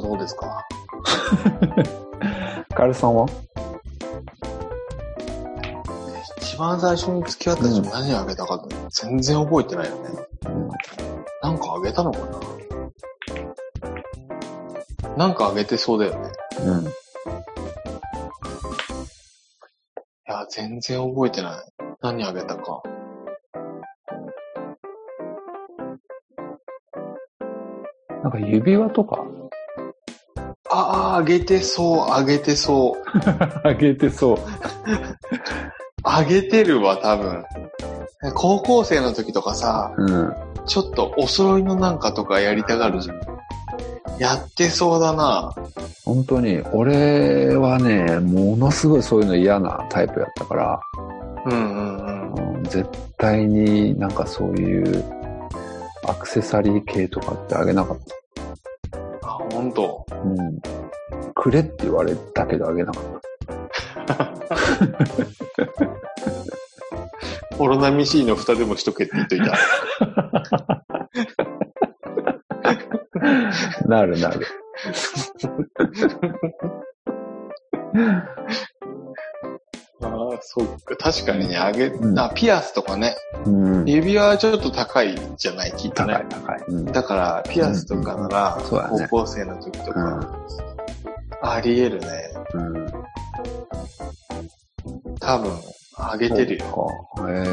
Speaker 3: そうですか。
Speaker 2: カエルさんは
Speaker 3: 一番最初に付き合った人何あげたかって全然覚えてないよね。なんかあげたのかななんかあげてそうだよね。
Speaker 2: うん。
Speaker 3: いや、全然覚えてない。何あげたか。
Speaker 2: なんか指輪とか
Speaker 3: ああ、あげてそう、あげてそう。
Speaker 2: あげてそう。
Speaker 3: あげてるわ、多分。高校生の時とかさ、
Speaker 2: うん。
Speaker 3: ちょっとお揃いのなんかとかやりたがるじゃん。やってそうだな。
Speaker 2: 本当に、俺はね、ものすごいそういうの嫌なタイプやったから、
Speaker 3: うんうんうん。
Speaker 2: うん絶対になんかそういうアクセサリー系とかってあげなかっ
Speaker 3: あ、ほんと。
Speaker 2: た。うん。くれって言われたけどあげなかっ
Speaker 3: オロナミシーの蓋でもしとけって言っといた。
Speaker 2: た。なるなる。
Speaker 3: ああ、そっか。確かにね、あげ、
Speaker 2: うん
Speaker 3: あ、ピアスとかね。
Speaker 2: うん。
Speaker 3: 指輪はちょっと高いじゃない、きっと
Speaker 2: 高
Speaker 3: ね
Speaker 2: い。高い。うん。
Speaker 3: だから、ピアスとかなら、
Speaker 2: うんそうだね
Speaker 3: 高校生の時とか、あり得るね。
Speaker 2: うん。うん
Speaker 3: 多分、あげてるよ。
Speaker 2: そうか。へ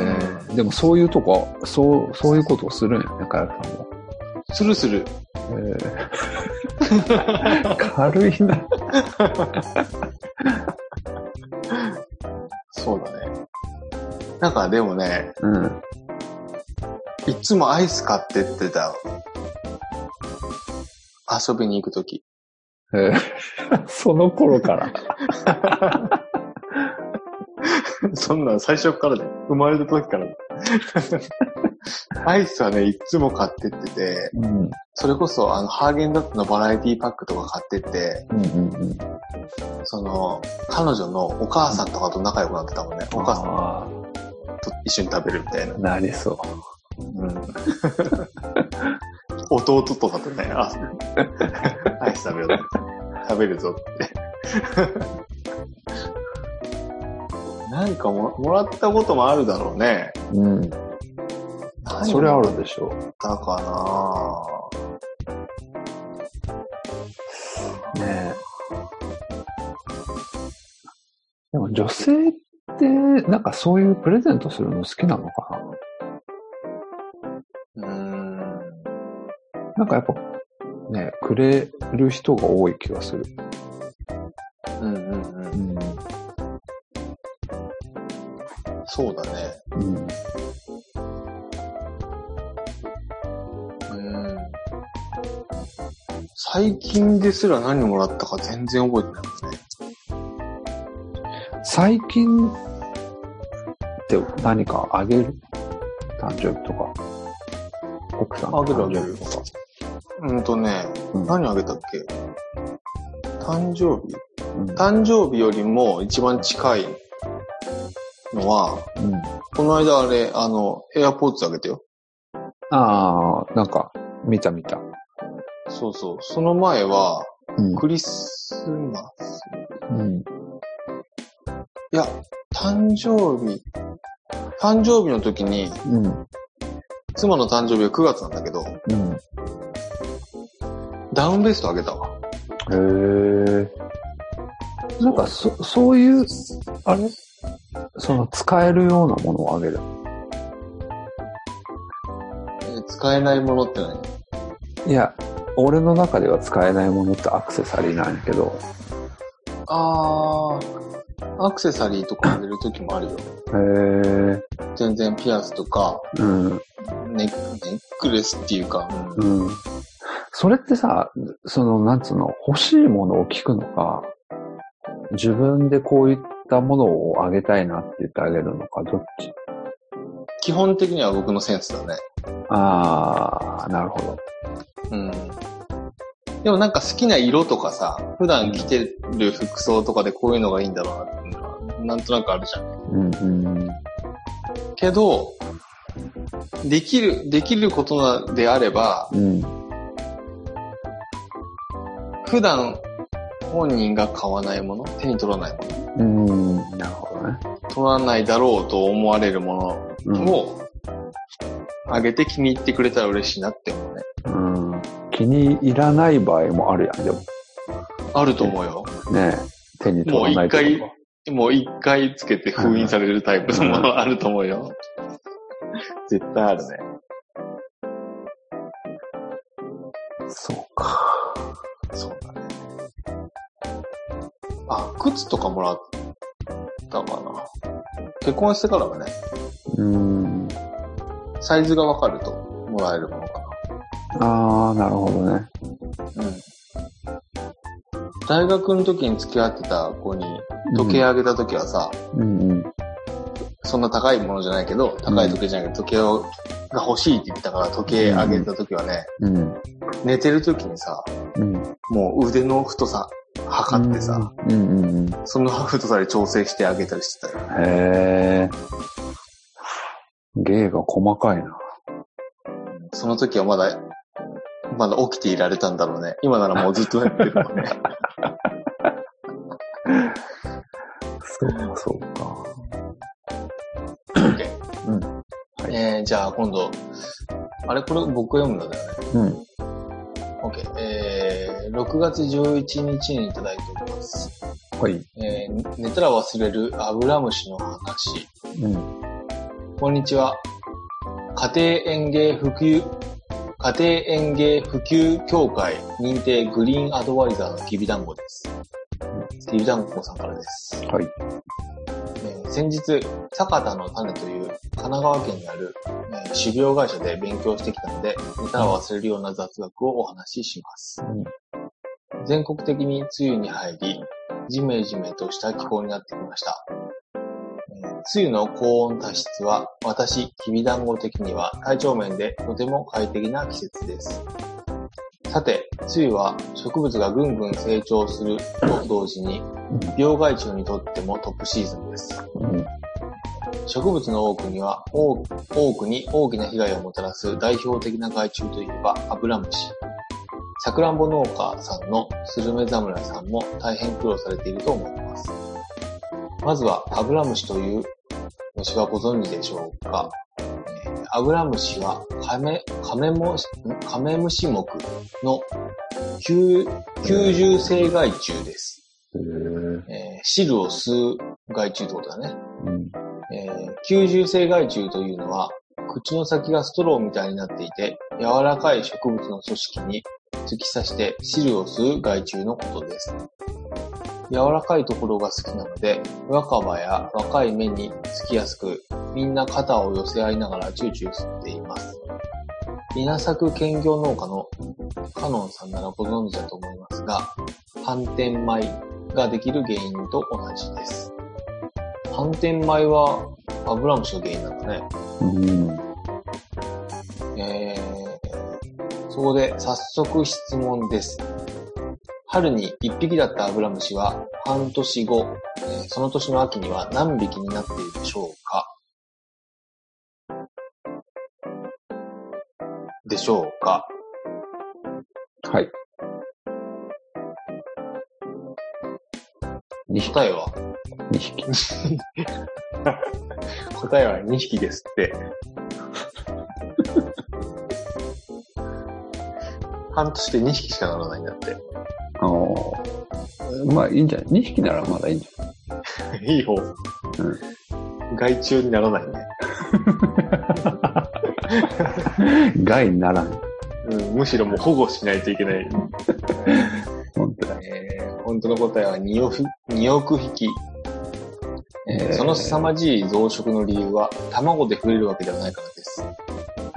Speaker 2: えでもそういうとこ、そう、そういうことをするんよね、カエルさんは。
Speaker 3: スルスル。
Speaker 2: えー 軽いな。
Speaker 3: そうだね。なんかでもね、
Speaker 2: うん。
Speaker 3: いつもアイス買ってってた。遊びに行くとき。
Speaker 2: えー その頃から。
Speaker 3: そんなん最初からだよ生まれた時からだよ アイスはね、いつも買ってってて、
Speaker 2: うん。うん
Speaker 3: それこそあの、ハーゲンダッツのバラエティパックとか買ってって、
Speaker 2: うんうん。
Speaker 3: その、彼女のお母さんとかと仲良くなってたもんね。お母さん
Speaker 2: あ
Speaker 3: と一緒に食べるみたいな
Speaker 2: あ、。なりそう。
Speaker 3: 弟とかとね、あ、 アイス食べようと食べるぞって。なんかももらったこともあるだろうね。
Speaker 2: うん。それあるでしょ
Speaker 3: だか
Speaker 2: う。ねえでも女性って、なんかそういうプレゼントするの好きなのか
Speaker 3: なうーん。
Speaker 2: ななんかやっぱ、ね、くれる人が多い気がする。
Speaker 3: うんうんうん。
Speaker 2: ん。
Speaker 3: そうだね。
Speaker 2: うん。
Speaker 3: うん。最近ですら何もらったか全然覚えてないもんね。
Speaker 2: 最近って何かあげる誕生日とか。奥さんの誕生日とか。
Speaker 3: うんとね、
Speaker 2: うん
Speaker 3: 何あげたっけ誕生日
Speaker 2: うん
Speaker 3: 誕生日よりも一番近いのは、
Speaker 2: うん
Speaker 3: この間あれ、あの、エアポーツあげたよ。
Speaker 2: ああ、なんか、見た見た。
Speaker 3: そうそう。その前は、
Speaker 2: うん
Speaker 3: クリスマス。
Speaker 2: うん。
Speaker 3: いや、誕生日。誕生日の時に、
Speaker 2: うん。
Speaker 3: 妻の誕生日は9月なんだけど、
Speaker 2: うん。
Speaker 3: ダウンベストあげたわ。
Speaker 2: へえ。なんか、そ、そういう、あれその、使えるようなものをあげる。
Speaker 3: えー使えないものって何
Speaker 2: いや、俺の中では使えないものってアクセサリーなんやけど。
Speaker 3: あー、アクセサリーとかあげる時もあるよ。
Speaker 2: へえ。
Speaker 3: 全然ピアスとか、
Speaker 2: うん。
Speaker 3: ネネックレスっていうか、うん
Speaker 2: うん。それってさ、その、なんつうの、欲しいものを聞くのか、自分でこういったものをあげたいなって言ってあげるのか、どっち
Speaker 3: 基本的には僕のセンスだね。
Speaker 2: ああ、なるほど。
Speaker 3: うん。でもなんか好きな色とかさ、普段着てる服装とかでこういうのがいいんだろうなっていうのは、なんとなくあるじゃん。
Speaker 2: うんうん。
Speaker 3: けど、できる、できることなであれば、
Speaker 2: うん。
Speaker 3: 普段本人が買わないもの、手に取らないも
Speaker 2: う
Speaker 3: の、
Speaker 2: ん。なるほどね。
Speaker 3: 取らないだろうと思われるも
Speaker 2: うん
Speaker 3: のを、あげて気に入ってくれたら嬉しいなって思うね。
Speaker 2: うん、気に入らない場合もあるやん、でも
Speaker 3: あると思うよ。
Speaker 2: ね、手に取らないとか
Speaker 3: もう一回もう一回つけて封印されるタイプのものあると思うよ。絶対あるね。
Speaker 2: そうか。
Speaker 3: そうだね。あ、靴とかもらったかな。結婚してからはね、
Speaker 2: うん。
Speaker 3: サイズがわかるともらえるものか
Speaker 2: ああ、なるほどね。
Speaker 3: な。うん。大学の時に付き合ってた子に時計あげた時はさ、
Speaker 2: うんうん。
Speaker 3: そんな高いものじゃないけど、高い時計じゃないけど、時計をが欲しいって言ったから時計あげた時はね、
Speaker 2: うん。
Speaker 3: 寝てる時にさ、
Speaker 2: うん。
Speaker 3: もう腕の太さ測ってさ、。
Speaker 2: うんうんうん。へ
Speaker 3: その太さで調整してあげたりしてたよ。
Speaker 2: え。芸が細かいな。
Speaker 3: その時はまだ、まだ起きていられたんだろうね。今ならもうずっと寝て るもんね。
Speaker 2: そうか、そうか。
Speaker 3: えー、じゃあ今度、あれこれ僕が読むんだよね。
Speaker 2: うん。
Speaker 3: OK。えー、6月11日にいただいております。
Speaker 2: はい。
Speaker 3: えー、寝たら忘れるアブラムシの話。
Speaker 2: うん。
Speaker 3: こんにちは。家庭園芸普及、家庭園芸普及協会認定グリーンアドバイザーのきびだんごです。きびだんごさんからです。
Speaker 2: はい。
Speaker 3: えー先日、坂田の種という神奈川県にある、えー種苗会社で勉強してきたので、ネタを忘れるような雑学をお話しします。全国的に梅雨に入り、ジメジメとした気候になってきました。えー梅雨の高温多湿は、私、きびだんご的には体調面でとても快適な季節です。さて、梅雨は植物がぐんぐん成長すると同時に、病害虫にとってもトップシーズンです。
Speaker 2: うん。
Speaker 3: 植物の多くには、多多くに大きな被害をもたらす代表的な害虫といえばアブラムシ。さくらんぼ農家さんのスルメ侍さんも大変苦労されていると思います。まずはアブラムシという虫はご存知でしょうかえーアブラムシはカメ、カメモシ、んカメムシ目の吸吸獣性害虫です。
Speaker 2: へえ。
Speaker 3: えー汁を吸う害虫ってことだね。
Speaker 2: うん。
Speaker 3: えー吸獣性害虫というのは、口の先がストローみたいになっていて、柔らかい植物の組織に突き刺して汁を吸う害虫のことです。柔らかいところが好きなので、若葉や若い芽につきやすく、みんな肩を寄せ合いながらチューチュー吸っています。稲作兼業農家のカノンさんならご存知だと思いますが、反転米ができる原因と同じです。反転米はアブラムシが原因なんだね。
Speaker 2: うん。
Speaker 3: えー、そこで早速質問です。春に1匹だったアブラムシは半年後、えーその年の秋には何匹になっているでしょうかでしょうか
Speaker 2: はい。2匹、
Speaker 3: 答えは
Speaker 2: 2匹。
Speaker 3: 答えは2匹ですって。 半年で2匹しかならないんだって。
Speaker 2: ああ。まあいいんじゃない ?2 匹ならまだいいんじゃ
Speaker 3: いい方。
Speaker 2: う
Speaker 3: 害虫にならないね。
Speaker 2: ない害にならん。
Speaker 3: うん、むしろもう保護しないといけない。
Speaker 2: 本当に
Speaker 3: えー、本当の答えは2億2億匹。え
Speaker 2: え
Speaker 3: ー
Speaker 2: ー
Speaker 3: その凄まじい増殖の理由は卵で増えるわけではないからです。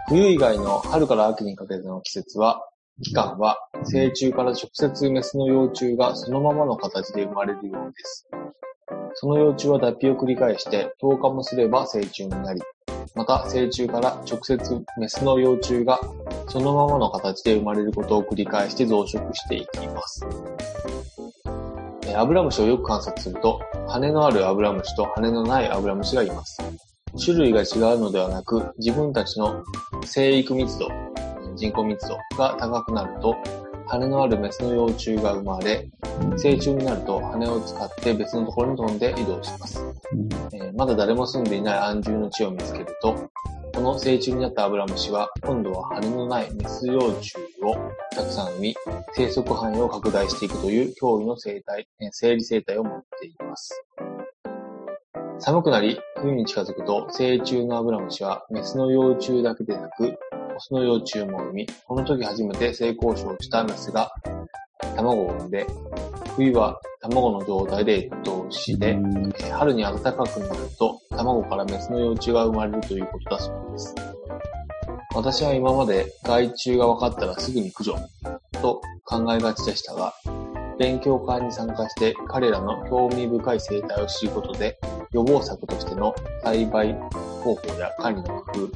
Speaker 3: 冬以外の春から秋にかけての季節は、期間は成虫から直接メスの幼虫がそのままの形で生まれるようです。その幼虫は脱皮を繰り返して10日もすれば成虫になり、また成虫から直接メスの幼虫がそのままの形で生まれることを繰り返して増殖していきます。えーアブラムシをよく観察すると、羽のあるアブラムシと羽のないアブラムシがいます。種類が違うのではなく、自分たちの生育密度、人口密度が高くなると、羽のあるメスの幼虫が生まれ、成虫になると羽を使って別のところに飛んで移動します。えーまだ誰も住んでいない安住の地を見つけると、この成虫になったアブラムシは、今度は羽のないメス幼虫をたくさん産み、生息範囲を拡大していくという脅威の生態、えー生理生態を持っています。寒くなり、冬に近づくと、成虫のアブラムシは、メスの幼虫だけでなく、オスの幼虫も産み、この時初めて性交渉をしたメスが、卵を産んで、冬は卵の状態で越冬して、えー春に暖かくなると、卵からメスの幼虫が生まれるということだそうです。私は今まで害虫が分かったらすぐに駆除と考えがちでしたが、勉強会に参加して彼らの興味深い生態を知ることで、予防策としての栽培方法や管理の工夫、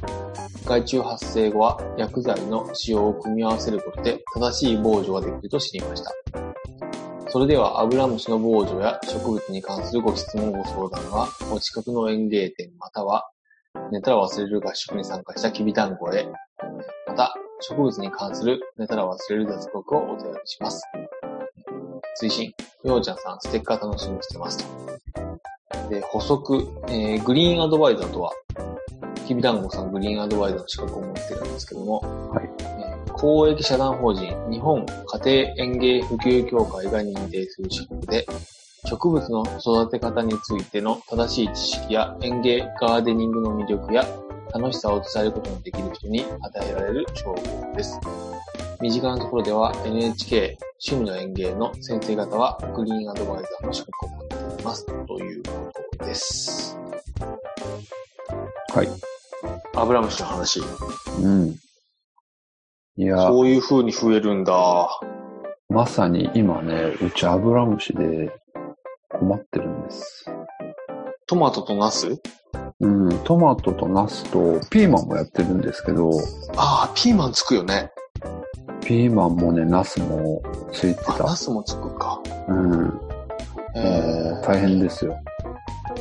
Speaker 3: 害虫発生後は薬剤の使用を組み合わせることで正しい防除ができると知りました。それでは、アブラムシの防除や植物に関するご質問ご相談は、お近くの園芸店または、寝たら忘れる合宿に参加したきび団子へ、また、植物に関する寝たら忘れる雑学をお便りします。推進、ようちゃんさん、ステッカー楽しみにしてますと。で、補足、えーグリーンアドバイザーとは、きびだんごさんグリーンアドバイザーの資格を持ってるんですけども、
Speaker 2: い
Speaker 3: えー公益社団法人日本家庭園芸普及協会が認定する資格で、植物の育て方についての正しい知識や園芸ガーデニングの魅力や楽しさを伝えることのできる人に与えられる称号です。身近なところでは NHK 趣味の園芸の先生方はグリーンアドバイザーの資格を持っていますということです。
Speaker 2: はい。
Speaker 3: アブラムシの話。
Speaker 2: うん。いや、
Speaker 3: そういう風に増えるんだ。
Speaker 2: まさに今ね、うちアブラムシで困ってるんです。
Speaker 3: トマトとナス
Speaker 2: うん、トマトとナスとピーマンもやってるんですけど、
Speaker 3: ああ、ピーマンつくよね。
Speaker 2: ピーマンもね、ナスもついて
Speaker 3: あ、ナ
Speaker 2: た。
Speaker 3: スもつくか。
Speaker 2: うん、
Speaker 3: え
Speaker 2: もう大変ですよ。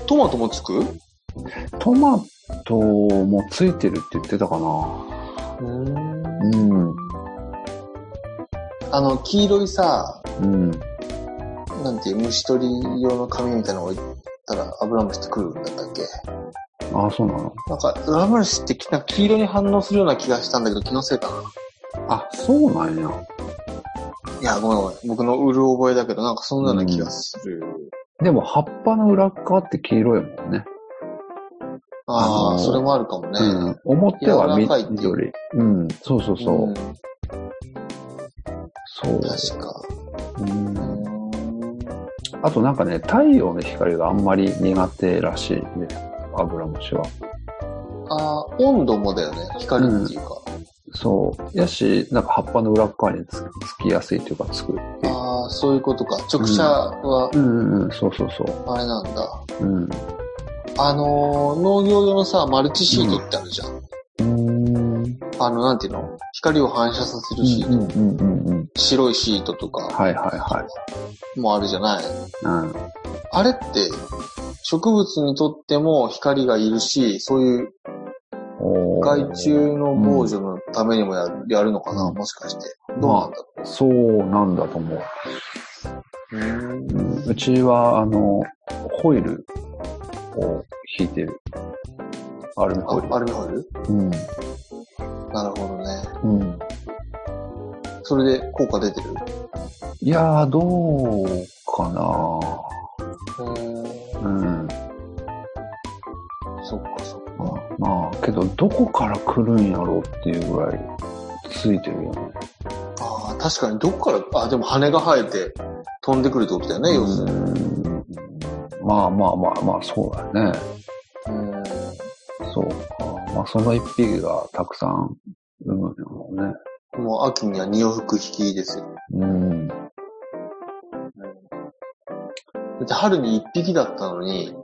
Speaker 3: トマトもつく
Speaker 2: トマトもついてるって言ってたかな。
Speaker 3: うん。
Speaker 2: うん、
Speaker 3: あの、黄色いさ、
Speaker 2: うん。
Speaker 3: なんていう、虫取り用の紙みたいなの置いたらアブラムシってくるんだったっけ
Speaker 2: ああ、そうなの。
Speaker 3: なんか、アブラムシってなんか黄色に反応するような気がしたんだけど、気のせいかな。
Speaker 2: あ、そうなんや。
Speaker 3: いや、ごめんごめん。僕のうる覚えだけど、なんかそんなような気がする。
Speaker 2: でも葉っぱの裏っ側って黄色いもんね。
Speaker 3: ああ、
Speaker 2: あのー
Speaker 3: それもあるかもね。
Speaker 2: うん。表は
Speaker 3: 柔らかいっていう
Speaker 2: 緑。うん。そうそうそう。
Speaker 3: ん
Speaker 2: そう。
Speaker 3: 確か。
Speaker 2: うん。あとなんかね、太陽の光があんまり苦手らしいです。アブラムシは。
Speaker 3: ああ、温度もだよね。光っていうか。
Speaker 2: そう。やし、なんか葉っぱの裏っ側につつきやすいというか、つくっていう。
Speaker 3: ああ、そういうことか。直射は、
Speaker 2: うんうんうん。そうそうそう。
Speaker 3: あれなんだ。
Speaker 2: うん。
Speaker 3: あのー農業用のさ、マルチシートってあるじゃん。
Speaker 2: うん。
Speaker 3: あの、なんていうの光を反射させ
Speaker 2: う
Speaker 3: るシート。
Speaker 2: んうんうんうん。
Speaker 3: 白いシートとか
Speaker 2: はいはいはい。
Speaker 3: もあるじゃない。
Speaker 2: うん。
Speaker 3: あれって、植物にとっても光がいるし、そういう
Speaker 2: おー
Speaker 3: 害虫の防除のためにもや,、やるのかなもしかして。どうなんだろ
Speaker 2: そうなんだと思う。
Speaker 3: う。うん
Speaker 2: うんうちは、あの、ホイルを引いてる。アルミホイル
Speaker 3: あ。アルミホイル
Speaker 2: うん。
Speaker 3: なるほどね。
Speaker 2: うん。
Speaker 3: それで効果出てる
Speaker 2: いやー、どうかなうん。
Speaker 3: そっかそっ
Speaker 2: ま
Speaker 3: か。
Speaker 2: あ、まあ、けど、どこから来るんやろうっていうぐらい、ついてるよね。
Speaker 3: ああ、確かにどっから、あ、でも羽が生えて飛んでくるってことだよね、要するに。
Speaker 2: うん。まあまあまあまあ、そうだね。
Speaker 3: うん
Speaker 2: そうか。まあ、その一匹がたくさん産むのもね。
Speaker 3: もう秋には二を吹く引きですよ。
Speaker 2: うん。
Speaker 3: だって春に一匹だったのに、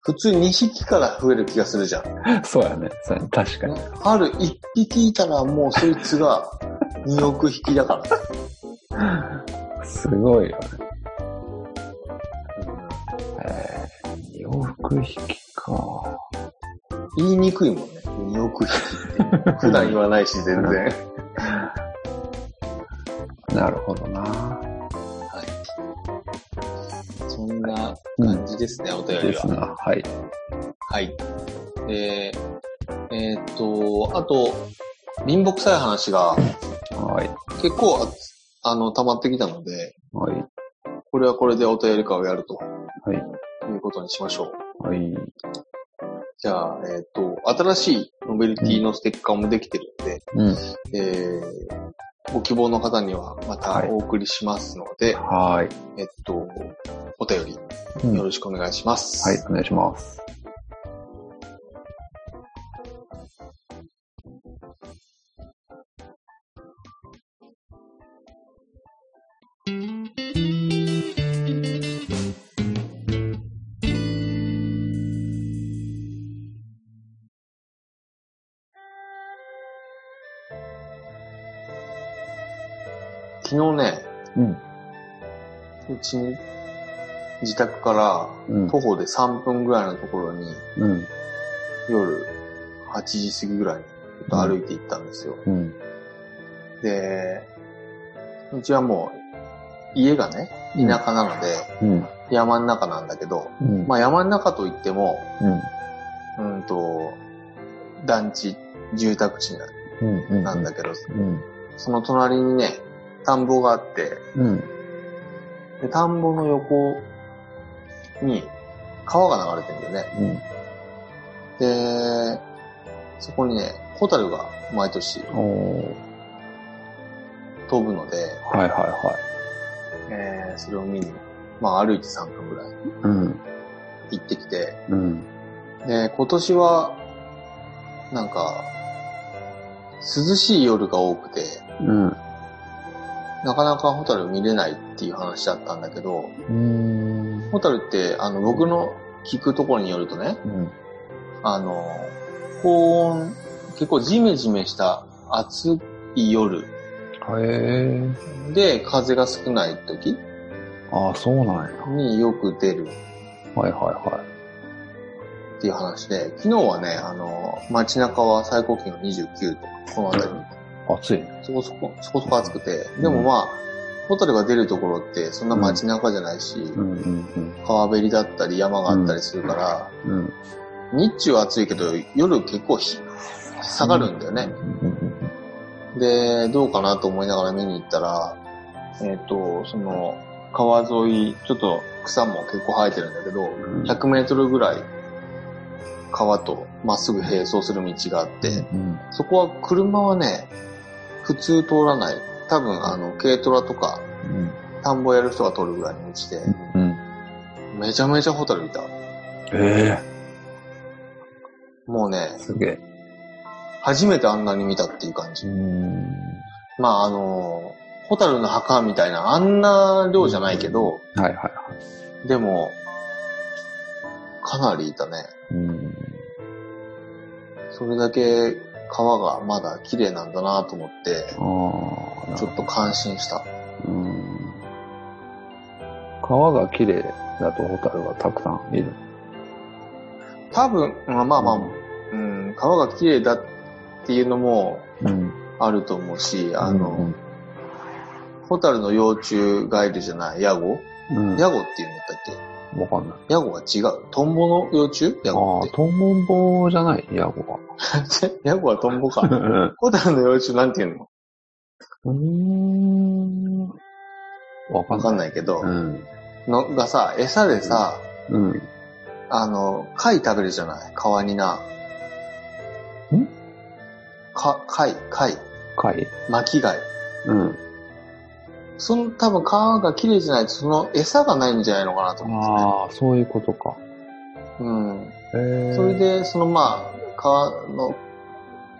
Speaker 3: 普通二匹から増える気がするじゃん。
Speaker 2: そうやね。そうやね確かに。
Speaker 3: 春一匹いたらもうそいつが二億匹 だから。
Speaker 2: すごいよね。えー、洋服引きか。
Speaker 3: 言いにくいもんね。二億匹って。普段言わないし、全然。
Speaker 2: なるほどな。
Speaker 3: そんな感じですね、お便り
Speaker 2: です
Speaker 3: は。
Speaker 2: が、はい。
Speaker 3: はい。で、えーっと、あと、貧乏くさい話が
Speaker 2: はい。
Speaker 3: 結構あ、あの、溜まってきたので、
Speaker 2: はい。
Speaker 3: これはこれでお便り会をやると。
Speaker 2: はい
Speaker 3: いうことにしましょう。
Speaker 2: はい。
Speaker 3: じゃあ、えーっと、新しいノベルティのステッカーもできてるんで、
Speaker 2: うん。
Speaker 3: えーご希望の方には
Speaker 2: は
Speaker 3: また
Speaker 2: い
Speaker 3: お送りしますので、
Speaker 2: はい。
Speaker 3: えっと、お便り
Speaker 2: うん
Speaker 3: よろしくお願いします。
Speaker 2: はい、お願いします。
Speaker 3: 昨日ね、
Speaker 2: うん。
Speaker 3: うちに自宅から
Speaker 2: うん。
Speaker 3: 徒歩で3分ぐらいのところに
Speaker 2: うん。
Speaker 3: 夜8時過ぎぐらいにちょっと歩いて行ったんですよ。
Speaker 2: うん。
Speaker 3: で、うちはもう家がね、田舎なので、
Speaker 2: うん。
Speaker 3: 山の中なんだけど、
Speaker 2: うん。
Speaker 3: まあ山の中といっても、
Speaker 2: うん。
Speaker 3: うんと、団地、住宅地
Speaker 2: うん。うん。
Speaker 3: なんだけど、
Speaker 2: うん。
Speaker 3: その隣にね、田んぼがあって、
Speaker 2: うん。
Speaker 3: で田んぼの横に川が流れてるんだよね。
Speaker 2: うん。
Speaker 3: で、そこにね、ホタルが毎年
Speaker 2: おー。
Speaker 3: 飛ぶので、
Speaker 2: はいはいはい。
Speaker 3: えーそれを見に、まあ歩いて3分ぐらい
Speaker 2: うん。
Speaker 3: 行ってきて、
Speaker 2: うん。
Speaker 3: で、今年は、なんか、涼しい夜が多くて、
Speaker 2: うん。
Speaker 3: なかなかホタル見れないっていう話だったんだけど、
Speaker 2: うん。
Speaker 3: ホタルって、あの、僕の聞くところによるとね、
Speaker 2: うん。
Speaker 3: あの、高温、結構ジメジメした暑い夜
Speaker 2: へえ。
Speaker 3: で風が少ない時
Speaker 2: ああ、そうなんや。
Speaker 3: によく出る
Speaker 2: はいはい
Speaker 3: っていう話で、昨日はね、あの、街中は最高気温29度、この辺り、
Speaker 2: はい。暑いね。
Speaker 3: そこそこ、そこそこ暑くて、でもまあ、ホタルが出るところってそんな街中じゃないし、
Speaker 2: んうん
Speaker 3: 川べりだったり山があったりするから、
Speaker 2: うん。うん。
Speaker 3: 日中は暑いけど夜結構ひ下がるんだよね。
Speaker 2: うん
Speaker 3: で、どうかなと思いながら見に行ったら、えっ、と、その、川沿い、ちょっと草も結構生えてるんだけど、
Speaker 2: うん。
Speaker 3: 100メートルぐらい川とまっすぐ並走する道があって、
Speaker 2: うん。
Speaker 3: そこは車はね、普通通らない。多分あの、軽トラとか、
Speaker 2: うん。
Speaker 3: 田んぼやる人が通るぐらいの道で、
Speaker 2: うん。
Speaker 3: めちゃめちゃホタルいた。
Speaker 2: え
Speaker 3: もうね
Speaker 2: え、すげえ。
Speaker 3: 初めてあんなに見たっていう感じ。
Speaker 2: ん。
Speaker 3: まああの、ホタルの墓みたいな、あんな量じゃないけど、
Speaker 2: はいはいは
Speaker 3: でも、かなりいたね。
Speaker 2: い。うん。
Speaker 3: それだけ川がまだ綺麗なんだなと思って、
Speaker 2: ああ、
Speaker 3: ちょっと感心した。
Speaker 2: うん。川が綺麗だとホタルはたくさんいる。
Speaker 3: 多分、まあまあまあ、うん、川が綺麗だっていうのも
Speaker 2: うん。
Speaker 3: あると思うし、あの、、ホタルの幼虫がいるじゃない、ヤゴ
Speaker 2: うん。
Speaker 3: ヤゴっていうんだったっけ
Speaker 2: わかんない。
Speaker 3: ヤゴは違う。トンボの幼虫ヤゴ
Speaker 2: ああ、
Speaker 3: って。
Speaker 2: トンボじゃない、ヤゴ
Speaker 3: ヤゴはトンボ か。
Speaker 2: は。
Speaker 3: ホタルの幼虫なんていうの
Speaker 2: うん。わか
Speaker 3: わ
Speaker 2: ん
Speaker 3: か
Speaker 2: ない。
Speaker 3: んないけど、
Speaker 2: うん。
Speaker 3: のがさ、餌でさ、
Speaker 2: うん。
Speaker 3: あの、貝食べるじゃない川にな。
Speaker 2: ん
Speaker 3: か、貝、貝、
Speaker 2: 貝
Speaker 3: 巻き貝。
Speaker 2: うん。
Speaker 3: その、多分川が綺麗じゃないと、その餌がないんじゃないのかなと思
Speaker 2: ああ、そういうことか。
Speaker 3: うんですね。
Speaker 2: へ
Speaker 3: う
Speaker 2: え
Speaker 3: ん。それ、で、そのまあ、川の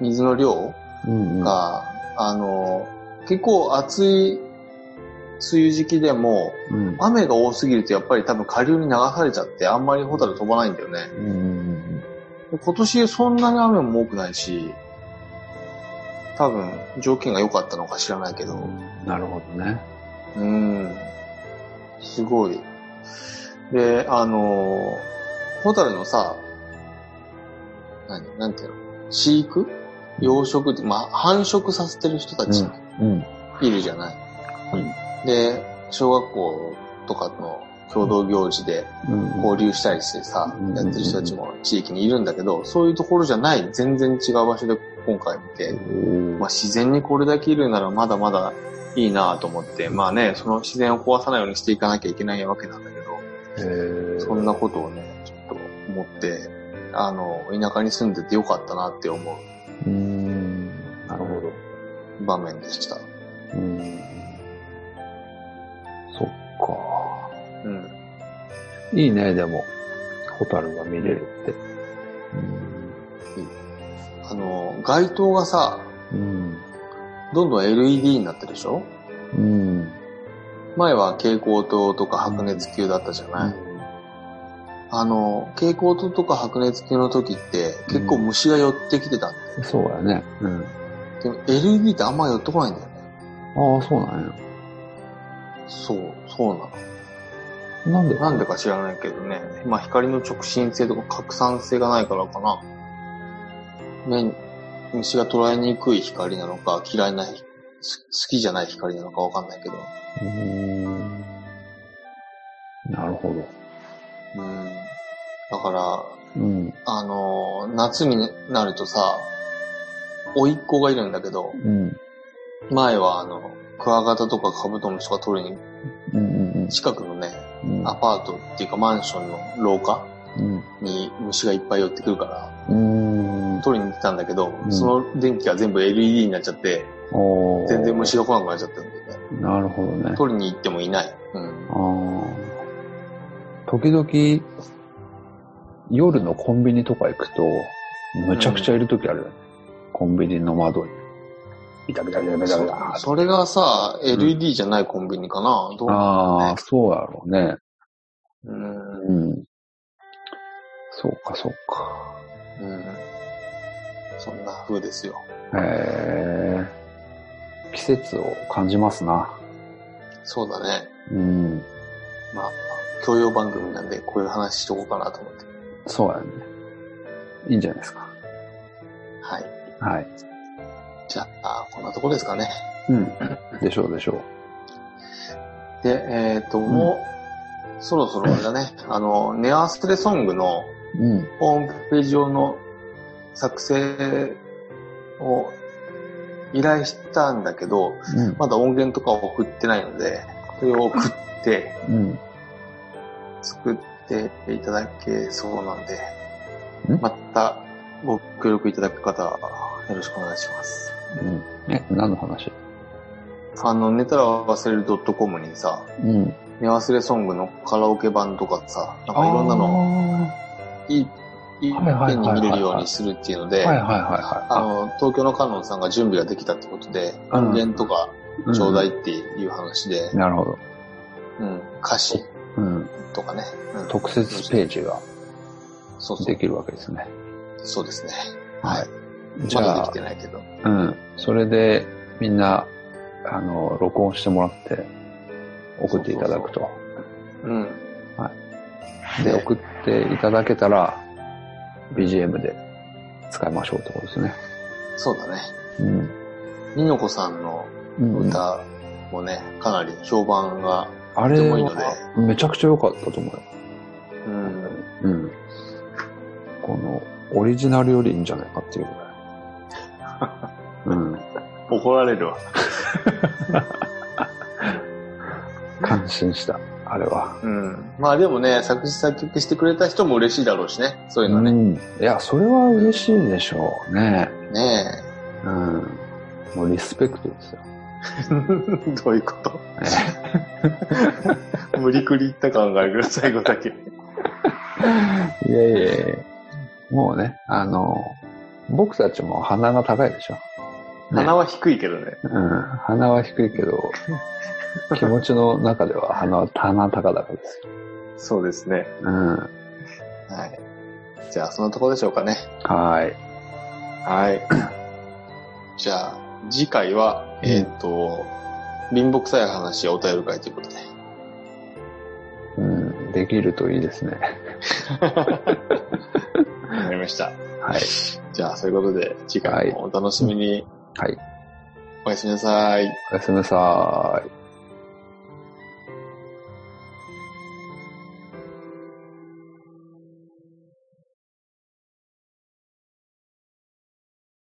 Speaker 3: 水の量
Speaker 2: うんうん。
Speaker 3: が、あの、結構暑い梅雨時期でも、
Speaker 2: うん。
Speaker 3: 雨が多すぎるとやっぱり多分下流に流されちゃって、あんまりホタル飛ばないんだよね。
Speaker 2: うんうん
Speaker 3: で今年そんなに雨も多くないし、多分条件が良かったのか知らないけ
Speaker 2: う
Speaker 3: ど、
Speaker 2: ん。なるほどね。
Speaker 3: うん、すごい。で、あのー、ホタルのさ、何、なんていうの飼育養殖って、まあ、繁殖させてる人たち
Speaker 2: うんうん。
Speaker 3: いるじゃない、で、小学校とかの共同行事で
Speaker 2: うん。
Speaker 3: 交流したりしてさ
Speaker 2: う、ん
Speaker 3: やってる人たちも地域にいるんだけど、そういうところじゃない、全然違う場所で今回見て、
Speaker 2: うん
Speaker 3: まあ、自然にこれだけいるならまだまだいいなと思って、まあね、その自然を壊さないようにしていかなきゃいけないわけなんだけど、
Speaker 2: へー
Speaker 3: そんなことをね、ちょっと思って、あの、田舎に住んでてよかったなって思
Speaker 2: うーん。なるほど。
Speaker 3: う場面でした。
Speaker 2: うん。そっ
Speaker 3: うん。
Speaker 2: か。いいね、でも。ホタルが見れるって。うん
Speaker 3: あの、街灯がさ、
Speaker 2: うん。
Speaker 3: どんどん LED になってるでしょ
Speaker 2: うん。
Speaker 3: 前は蛍光灯とか白熱球だったじゃない、あの、蛍光灯とか白熱球の時って結構虫が寄ってきてたんだよ
Speaker 2: そうやね。うん。
Speaker 3: でも LED ってあんま寄ってこないんだよね。
Speaker 2: ああ、そうなんや。
Speaker 3: そう、そうな
Speaker 2: な
Speaker 3: の。
Speaker 2: んで
Speaker 3: なんでか知らないけどね。まあ光の直進性とか拡散性がないからかな。目、虫が捉えにくい光なのか、嫌いな、す好きじゃない光なのかわかんないけど。
Speaker 2: うーん。なるほど。
Speaker 3: うん。だから、
Speaker 2: うん。
Speaker 3: あのー夏になるとさ、甥いっ子がいるんだけど、
Speaker 2: うん。
Speaker 3: 前はあの、クワガタとかカブトムシとか取りに、
Speaker 2: うんうん
Speaker 3: 近くのね、
Speaker 2: うん。うん
Speaker 3: アパートっていうかマンションの廊下
Speaker 2: うん。
Speaker 3: に虫がいっぱい寄ってくるから、
Speaker 2: うーん。
Speaker 3: 取りに行ってたんだけど、
Speaker 2: ん
Speaker 3: その電気が全部 LED になっちゃって、
Speaker 2: おー
Speaker 3: 全然虫が来なくなっちゃったんだよね。
Speaker 2: なるほどね。
Speaker 3: 取りに行ってもいない。うん。
Speaker 2: ああ。時々、夜のコンビニとか行くと、むちゃくちゃいる時あるよね。コンビニの窓に。ビタビタビタビタビタ
Speaker 3: そそれがさ、LED じゃないコンビニかな、どう
Speaker 2: ああ、そうやろうね。
Speaker 3: うん。
Speaker 2: うん。そうか、そうか。
Speaker 3: うん。そんな風ですよ。
Speaker 2: えー、季節を感じますな。
Speaker 3: そうだね。
Speaker 2: うん。
Speaker 3: まあ、教養番組なんで、こういう話しとこうかなと思って。
Speaker 2: そうやね。いいんじゃないですか。
Speaker 3: はい。
Speaker 2: はい。
Speaker 3: じゃあ、こんなとこですかね。
Speaker 2: うん。でしょうでしょ
Speaker 3: で、えっ、と、もう、そろそろあれだね、 あの、ネアスレソングの
Speaker 2: う。うん。
Speaker 3: ホームページ上の作成を依頼したんだけど、
Speaker 2: うん。
Speaker 3: まだ音源とかを送ってないので、それを送って、
Speaker 2: うん。
Speaker 3: 作っていただけそうなんで
Speaker 2: ん、
Speaker 3: またご協力いただく方はよろしくお願いします。
Speaker 2: うん。え、何の話
Speaker 3: あの、寝たら忘れる .com にさ、
Speaker 2: うん。
Speaker 3: 寝忘れソングのカラオケ版とかさ、なんかいろんなの
Speaker 2: の。
Speaker 3: いい、いい
Speaker 2: はいはいはい
Speaker 3: ペンに
Speaker 2: はい
Speaker 3: 見れるようにするっていうので、
Speaker 2: はいはい
Speaker 3: あ
Speaker 2: はいは
Speaker 3: の、東京の観音さんが準備ができたってことで、
Speaker 2: うん
Speaker 3: 音源とか
Speaker 2: いあ。
Speaker 3: ちょうだいっていう話で、
Speaker 2: なるほど。
Speaker 3: うん、歌詞
Speaker 2: うん。
Speaker 3: とかね、うん
Speaker 2: 特設ページが
Speaker 3: そうそ
Speaker 2: で
Speaker 3: う、
Speaker 2: きるわけですね。
Speaker 3: そうですね。
Speaker 2: は
Speaker 3: はいい。
Speaker 2: じ
Speaker 3: まだ
Speaker 2: ゃ
Speaker 3: でき
Speaker 2: あ
Speaker 3: て、ないけど。
Speaker 2: うん。それで、みんな、あの、録音してもらって、送っていただくと。
Speaker 3: うん。
Speaker 2: で、
Speaker 3: で
Speaker 2: 送っていただけたら、BGM で使いましょうってことですね。
Speaker 3: そうだね。
Speaker 2: うん。
Speaker 3: ニノコさんの
Speaker 2: うん、
Speaker 3: 歌もね、かなり評判が、
Speaker 2: あれ
Speaker 3: とてもいいので
Speaker 2: はめちゃくちゃ良かったと思うよ。
Speaker 3: うん、
Speaker 2: うん。この、オリジナルよりいいんじゃないかっていうぐらい。うん。
Speaker 3: 怒られるわ。
Speaker 2: 感心した、あれは。
Speaker 3: うん。まあでもね、作詞作曲してくれた人も嬉しいだろうしね。そういうのね。
Speaker 2: ん。いや、それは嬉しいでしょうね。
Speaker 3: ね
Speaker 2: うん。もうリスペクトですよ。
Speaker 3: え。 どういうこと 無理くり言った感があるけど、最後だけ。
Speaker 2: いやいやいやもうね、あの、僕たちも鼻が高いでしょ。
Speaker 3: 鼻は低いけどね。
Speaker 2: うん、鼻は低いけど、気持ちの中では鼻は鼻高々ですよ。
Speaker 3: そうですね。
Speaker 2: うん。
Speaker 3: はい。じゃあ、そんなとこでしょうかね。
Speaker 2: はい。
Speaker 3: はい。 じゃあ、次回は、えっ、と、貧乏臭い話やお便り会ということで。
Speaker 2: うん、できるといいですね。
Speaker 3: わかりました。
Speaker 2: はい。
Speaker 3: じゃあ、そういうことで、次回もお楽しみに。
Speaker 2: はい。
Speaker 3: おやすみなさい。
Speaker 2: おやすみなさい。